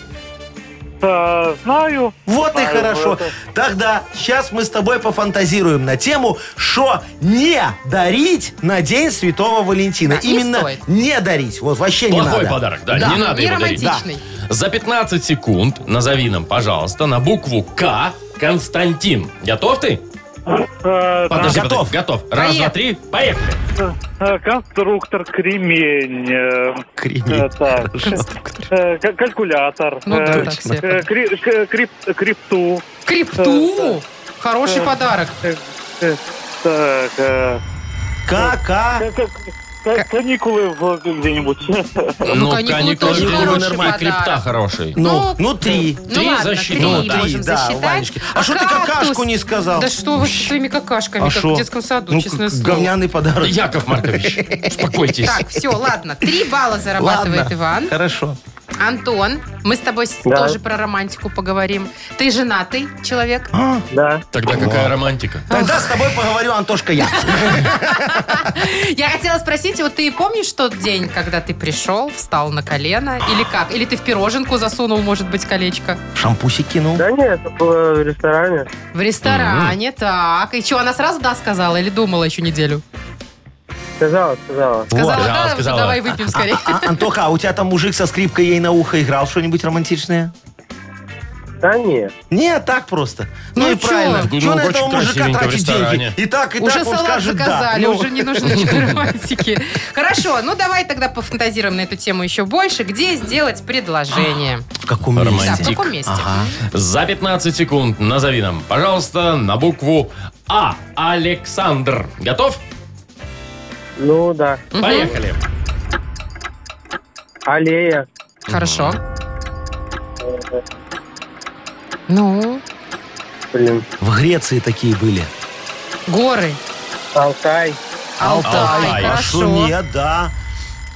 Э, Знаю.
Вот и
Знаю,
хорошо.
это-
Тогда сейчас мы с тобой пофантазируем на тему, что не дарить на День Святого Валентина.
Да, А, не
Именно
стоит.
не дарить. Вот вообще не
Плохой
надо.
подарок, да, не надо
И
его дарить.
романтичный.
Да. За 15 секунд назови нам, пожалуйста, на букву К Константин. Готов ты?
Э,
Подожди,
Готов.
подожди, готов. Раз,
Поехали.
два, три, поехали.
Э, Конструктор, кремень. э, э,
Кремень.
так, э, ка- Калькулятор.
Ну да,
э,
так все.
э, кри- к- крип- Крипту.
Крипту! Хороший
Э,
подарок.
э, э, Так, э,
Кака.
к- к- к- каникулы в- где-нибудь. <laughs>
Ну, каникулы тоже
где-нибудь
хороший
и
подарок.
крипта хороший.
Ну,
Ну,
ну три.
Ну
Три
ладно,
защиты.
три
Ну,
не
да.
можем
Три, да,
засчитать.
Ванечка. А что ты
кактус?
какашку не сказал?
Да что вы со своими какашками, как
А шо?
в детском саду,
Ну,
честное
к-
слово.
Говняный подарок.
Яков
<laughs>
Маркович, успокойтесь.
Так, все, ладно. Три балла зарабатывает
Ладно.
Иван.
Хорошо.
Антон, мы с тобой с-
Да.
тоже про романтику поговорим. Ты женатый человек?
Да.
Тогда какая романтика?
Тогда с тобой поговорю,
<laughs>
Антошка, я.
Я хотела спросить, вот ты помнишь тот день, когда ты пришел, встал на колено, или как? Или ты в пироженку засунул, может быть, колечко?
Шампусик кинул.
Да нет, это было в ресторане.
В ресторане, так. И что, она сразу да сказала или думала еще неделю?
Сказала, сказала.
Сказала,
Сказала,
да, ну,
сказала.
давай выпьем скорее.
А, Антоха, а у тебя там мужик со скрипкой ей на ухо играл что-нибудь романтичное?
Да нет.
Не, так просто. Ну,
Ну
и
чё?
правильно.
Ну,
Че на
очень
этого мужика
красивенько в
тратить
ресторане.
деньги? И <laughs> так, и
уже
так он
салат
скажет
заказали,
да. Ну,
уже не
<laughs>
нужны эти романтики. Хорошо, ну давай тогда пофантазируем на эту тему еще больше. Где сделать предложение?
В каком
Да,
Романтик.
в
месте?
каком месте?
А, Ага.
За 15 секунд назови нам, пожалуйста, на букву А. Александр. Готов?
Ну да.
Поехали.
Аллея.
Хорошо. Ну,
Блин.
В Греции такие были.
горы.
Алтай.
Алтай, Алтай,
А
хорошо.
что нет, да.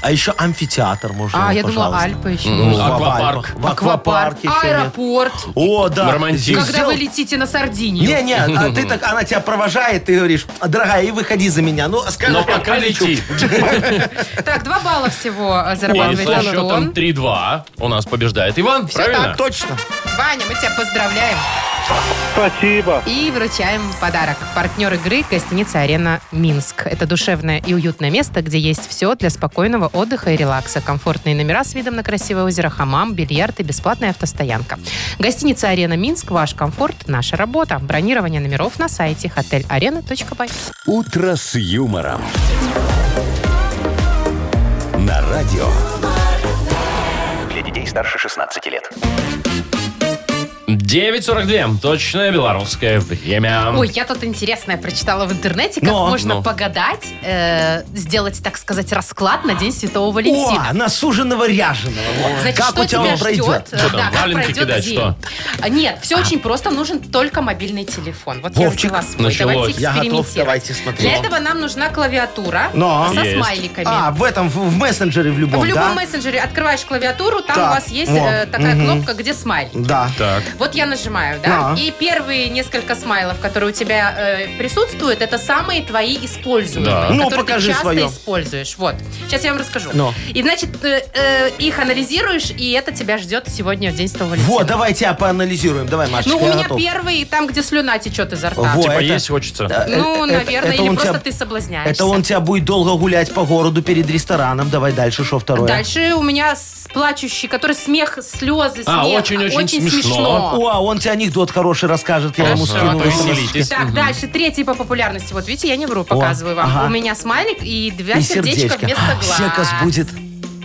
А еще амфитеатр можно.
А, я думала,
пожалуйста.
Альпы еще.
Ну,
в
аквапарк.
Альпах, В аквапарке еще нет.
Аэропорт.
О, да.
Романтик.
Ты
Когда вы
сделал-
летите на Сардинию.
Не, не, а <laughs> ты так, она тебя провожает, ты говоришь, дорогая, и выходи за меня. Ну, скажи,
Но
я
пока
полечу.
лети.
Так, два балла всего а,
И
зарабатывает
со счетом
Антон.
3-2 у нас побеждает Иван,
Всё
правильно?
Точно.
Ваня, мы тебя поздравляем
Спасибо.
и вручаем подарок. Партнер игры – гостиница «Арена Минск». Это душевное и уютное место, где есть все для спокойного отдыха и релакса. Комфортные номера с видом на красивое озеро, хамам, бильярд и бесплатная автостоянка. Гостиница «Арена Минск» – ваш комфорт, наша работа. Бронирование номеров на сайте hotelarena.by.
«Утро с юмором». На радио.
Для детей старше 16 лет.
9.42. Точное белорусское время.
Ой, я тут интересное прочитала в интернете, как
Но,
можно
но.
погадать, э, сделать, так сказать, расклад на День Святого Валентина.
О, насуженного ряженого. Вот.
Значит,
как
что
у тебя
тебя
он пройдет?
ждет?
Что там,
да, как
валенки
пройдет
кидать,
день?
что?
А, Нет, все очень просто. Нужен только мобильный телефон. Вот
Вовчик,
я взяла свой.
началось.
Давайте
Я готов,
экспериментировать.
давайте смотреть.
Для этого нам нужна клавиатура
Но.
со
Есть.
смайликами.
А, в этом, в, в мессенджере в любом,
в любом
да?
мессенджере открываешь клавиатуру, там
Так,
у вас есть
во,
э, такая
мгм.
кнопка, где смайлик.
Да.
Так.
Вот я нажимаю, да?
Да.
И первые несколько смайлов, которые у тебя э, присутствуют, это самые твои используемые.
Да.
Ну,
которые
покажи
ты часто
свое.
используешь. Вот. Сейчас я вам расскажу.
Ну.
Но.
И, значит, э, э, их анализируешь, и это тебя ждет сегодня в День Святого Валентина.
Вот, давай тебя поанализируем. Давай, Машечка,
Ну, у
я
меня
готов.
первый, там, где слюна течет изо рта.
Во,
Типа
это-
есть хочется?
Да, э,
Ну,
э,
наверное,
это
или
он
просто
тебя-
ты соблазняешься.
Это он тебя будет долго гулять по городу перед рестораном. Давай дальше, что второе?
Дальше у меня с- плачущий, который смех, слезы, смех.
А, очень-очень смешно.
О, а он тебе анекдот хороший расскажет, я ему
Ага,
скину. в смс.
повеселитесь.
Так,
Мгм.
дальше, третий по популярности. Вот видите, я не вру, показываю вам.
ага.
У меня смайлик и два
И
сердечка
сердечко. А,
вместо глаз.
Секас будет.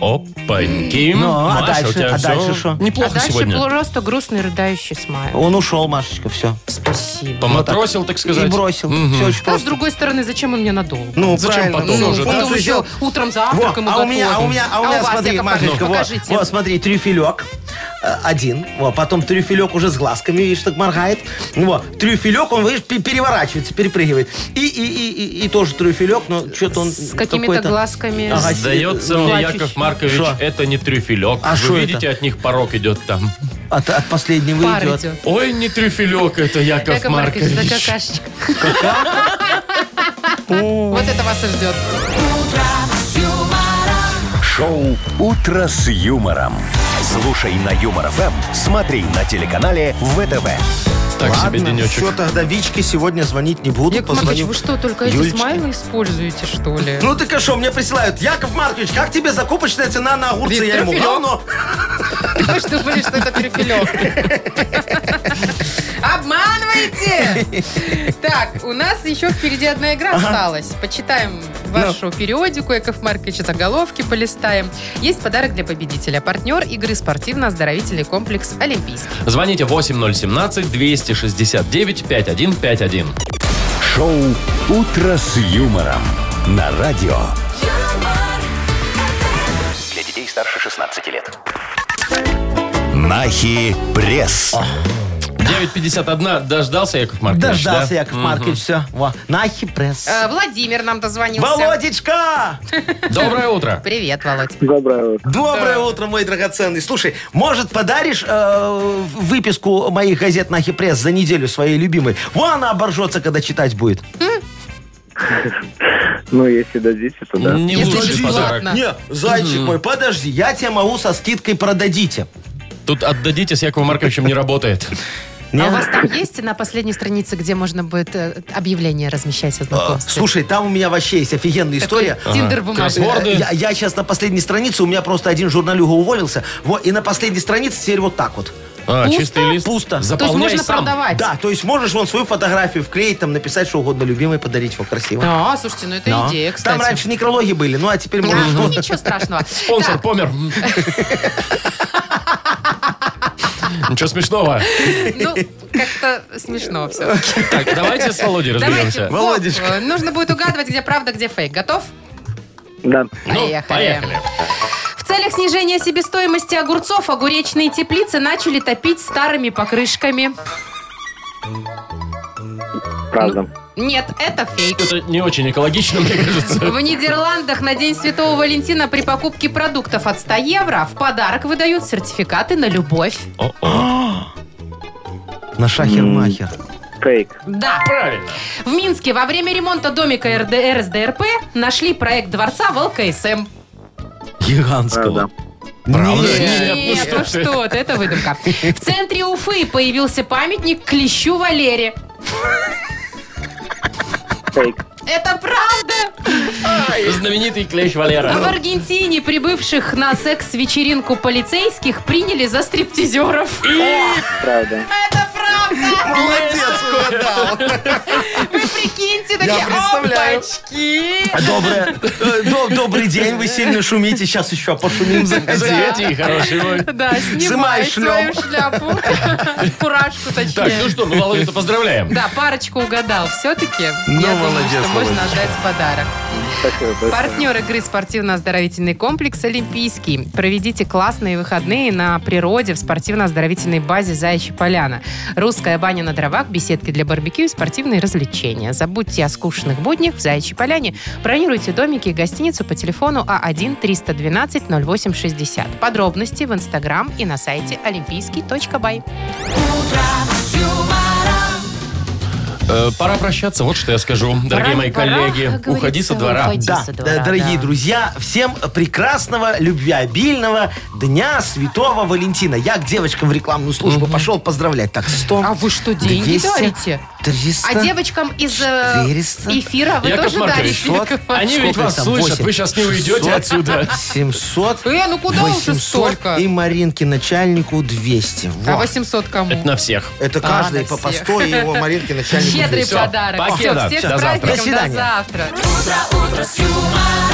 Опаньки.
Ну, а
Маша,
дальше?
у тебя
А
все
дальше что?
А
неплохо
дальше
сегодня.
просто грустный, рыдающий смайл.
Он ушел, Машечка, все.
Спасибо.
Поматросил, так сказать.
И бросил.
Мгм.
Все очень
А с
просто.
другой стороны, зачем он мне надолго?
Ну,
Зачем
правильно.
потом
ну,
уже, да?
функцию
Он еще
сделал.
утром
Во,
завтрак ему
а у меня, а у
готовим.
меня, а у меня,
вас,
смотри,
Яков Маркович,
Машечка, вот,
покажите.
вот, смотри, трюфелек, э, э, один, вот, потом трюфелек уже с глазками, видишь, так моргает. Вот, трюфелек, он, видишь, пе- переворачивается, перепрыгивает. И, и, и, и, и тоже трюфелек, но что-то он
С какими-то
какой-то-
глазками.
Ага.
Сдается
Ну,
мне,
плачущий.
Яков Маркович,
Шо?
это не трюфелек.
А шо
Вы
это?
видите, от них порог идет там.
От, от последнего
Пар
идет.
идет.
Ой, не трюфелек это, Яков,
Яков
Маркович.
Маркович, это какашечка.
<laughs>
Вот это вас и ждет.
Шоу «Утро с юмором». Слушай на Юмор ФМ, смотри на телеканале ВТВ.
Так себе
Ладно,
денечек.
что тогда Вичке сегодня звонить не буду,
Яков Маркович,
позвоню.
вы что, только эти
Юлечке.
смайлы используете, что ли?
Ну так а что, мне присылают. Яков Маркович, как тебе закупочная цена на огурцы?
Виктор
Я ему ну,
Филёв.
говно.
Вы что думали, что это перепелев? Обманываете! Так, у нас еще впереди одна игра осталась. Почитаем вашу
Ну.
периодику, Яков Маркович, заголовки полистаем. Есть подарок для победителя. Партнер игры спортивно-оздоровительный комплекс «Олимпийский».
Звоните 8017-269-5151.
Шоу «Утро с юмором» на радио.
юмор,
Для детей старше 16 лет.
Нахи пресс.
9.51. Дождался, Яков Маркович?
Дождался
да?
Яков
Мгм.
Маркович, все. Во, нахи пресс.
Э, Владимир нам дозвонился.
Володечка!
Доброе утро.
Привет, Володь.
Доброе.
Доброе утро, мой драгоценный. Слушай, может, подаришь э, выписку моих газет Нахи Пресс за неделю своей любимой? Вон она оборжется, когда читать будет.
Ну, если дадите, то да.
Не
Если
лучший
бесплатно.
подарок.
Не, зайчик мой, подожди, я тебе могу со скидкой продадите.
Тут отдадите с Яковом Марковичем не работает.
А
Не?
у вас там есть на последней странице, где можно будет э, объявление размещать о
А,
знакомстве?
Слушай, там у меня вообще есть офигенная история. Э,
Тиндер бумага.
Кроссворд. Борды.
Я, сейчас на последней странице, у меня просто один журналюга уволился, вот, и на последней странице теперь вот так вот.
А,
Пусто?
чистый лист.
Пусто.
То есть
Заполняй
можно
сам.
продавать?
Да, то есть можешь вон свою фотографию вклеить, там написать что угодно, любимой подарить, вот красиво.
Да, слушайте, ну это
Да.
идея, кстати.
Там раньше некрологи были, ну а теперь
Да,
можно.
ну ничего страшного.
Спонсор
Так,
помер. Ничего смешного.
Ну, как-то смешно все.
Так, давайте с Володей
Давайте,
разберемся. Ну,
Вов,
Володечка.
э, нужно будет угадывать, где правда, где фейк. Готов?
Да.
Ну, поехали.
В целях снижения себестоимости огурцов огуречные теплицы начали топить старыми покрышками.
Правда.
Нет, это фейк.
Это не очень экологично, мне кажется.
В Нидерландах на День Святого Валентина при покупке продуктов от 100 евро в подарок выдают сертификаты на любовь.
О-о.
На шахер-махер.
Фейк.
Да.
Правильно.
В Минске во время ремонта домика РД- РСДРП нашли проект дворца в ЛКСМ.
Гигантского.
Правда?
Нет,
ну
ну
что ты.
что ты, это выдумка. В центре Уфы появился памятник Клещу Валере.
Фейк.
Это правда!
Знаменитый клещ
В
Валера.
Аргентине прибывших на секс-вечеринку полицейских приняли за стриптизеров.
Правда.
Это правда!
Молодец, угадал.
Вы прикиньте, такие
представляю.
опачки!
Доброе- э, до- Добрый день, вы сильно шумите, сейчас еще пошумим, заходи.
Заходите, хороший мой.
Да, снимай
Снимай
свою
шлем.
шляпу. Фуражку
Так, ну
точнее.
что, ну Володю-то поздравляем.
<laughs> Да, парочку угадал все-таки.
Ну,
Я думаю,
молодец,
что можно
Володечка.
отдать в подарок.
Спасибо большое.
Партнер игры спортивно-оздоровительный комплекс «Олимпийский». Проведите классные выходные на природе в спортивно-оздоровительной базе «Заячья поляна». Русская баня на дровах, беседки для барбекю и спортивные развлечения. Забудьте о скучных буднях в «Заячьей поляне». Бронируйте домики и гостиницу по телефону А А1-312-0860. Подробности в Инстаграм и на сайте олимпийский.бай.
Э, Пора прощаться, вот что я скажу, дорогие мои
пора, как
коллеги.
говорится,
Уходи со двора.
уходи.
Да,
со двора,
э, дорогие
да.
друзья, всем прекрасного, любвеобильного дня Святого Валентина. Я к девочкам в рекламную службу пошел поздравлять. Так, 100,
А вы что, деньги
200,
дарите?
300.
А девочкам из э,
400.
эфира вы
Яков
тоже
Маркович,
дарите?
вот
Яков Маркович?
Они ведь
Сколько
вас
их там?
слышат,
Восемь?
вы сейчас не уйдете
600?
отсюда.
700.
Э, ну куда уже
800,
столько?
И Маринке начальнику 200.
А
Во.
800 кому?
Это на всех.
Это
А,
каждый
на
по, по
всех.
100 и его Маринке начальнику
Щедрый
200.
Всё,
подарок.
покеда.
Все, всех
До
с
завтра.
праздником.
До свидания.
До завтра.
утро, утро с юмором.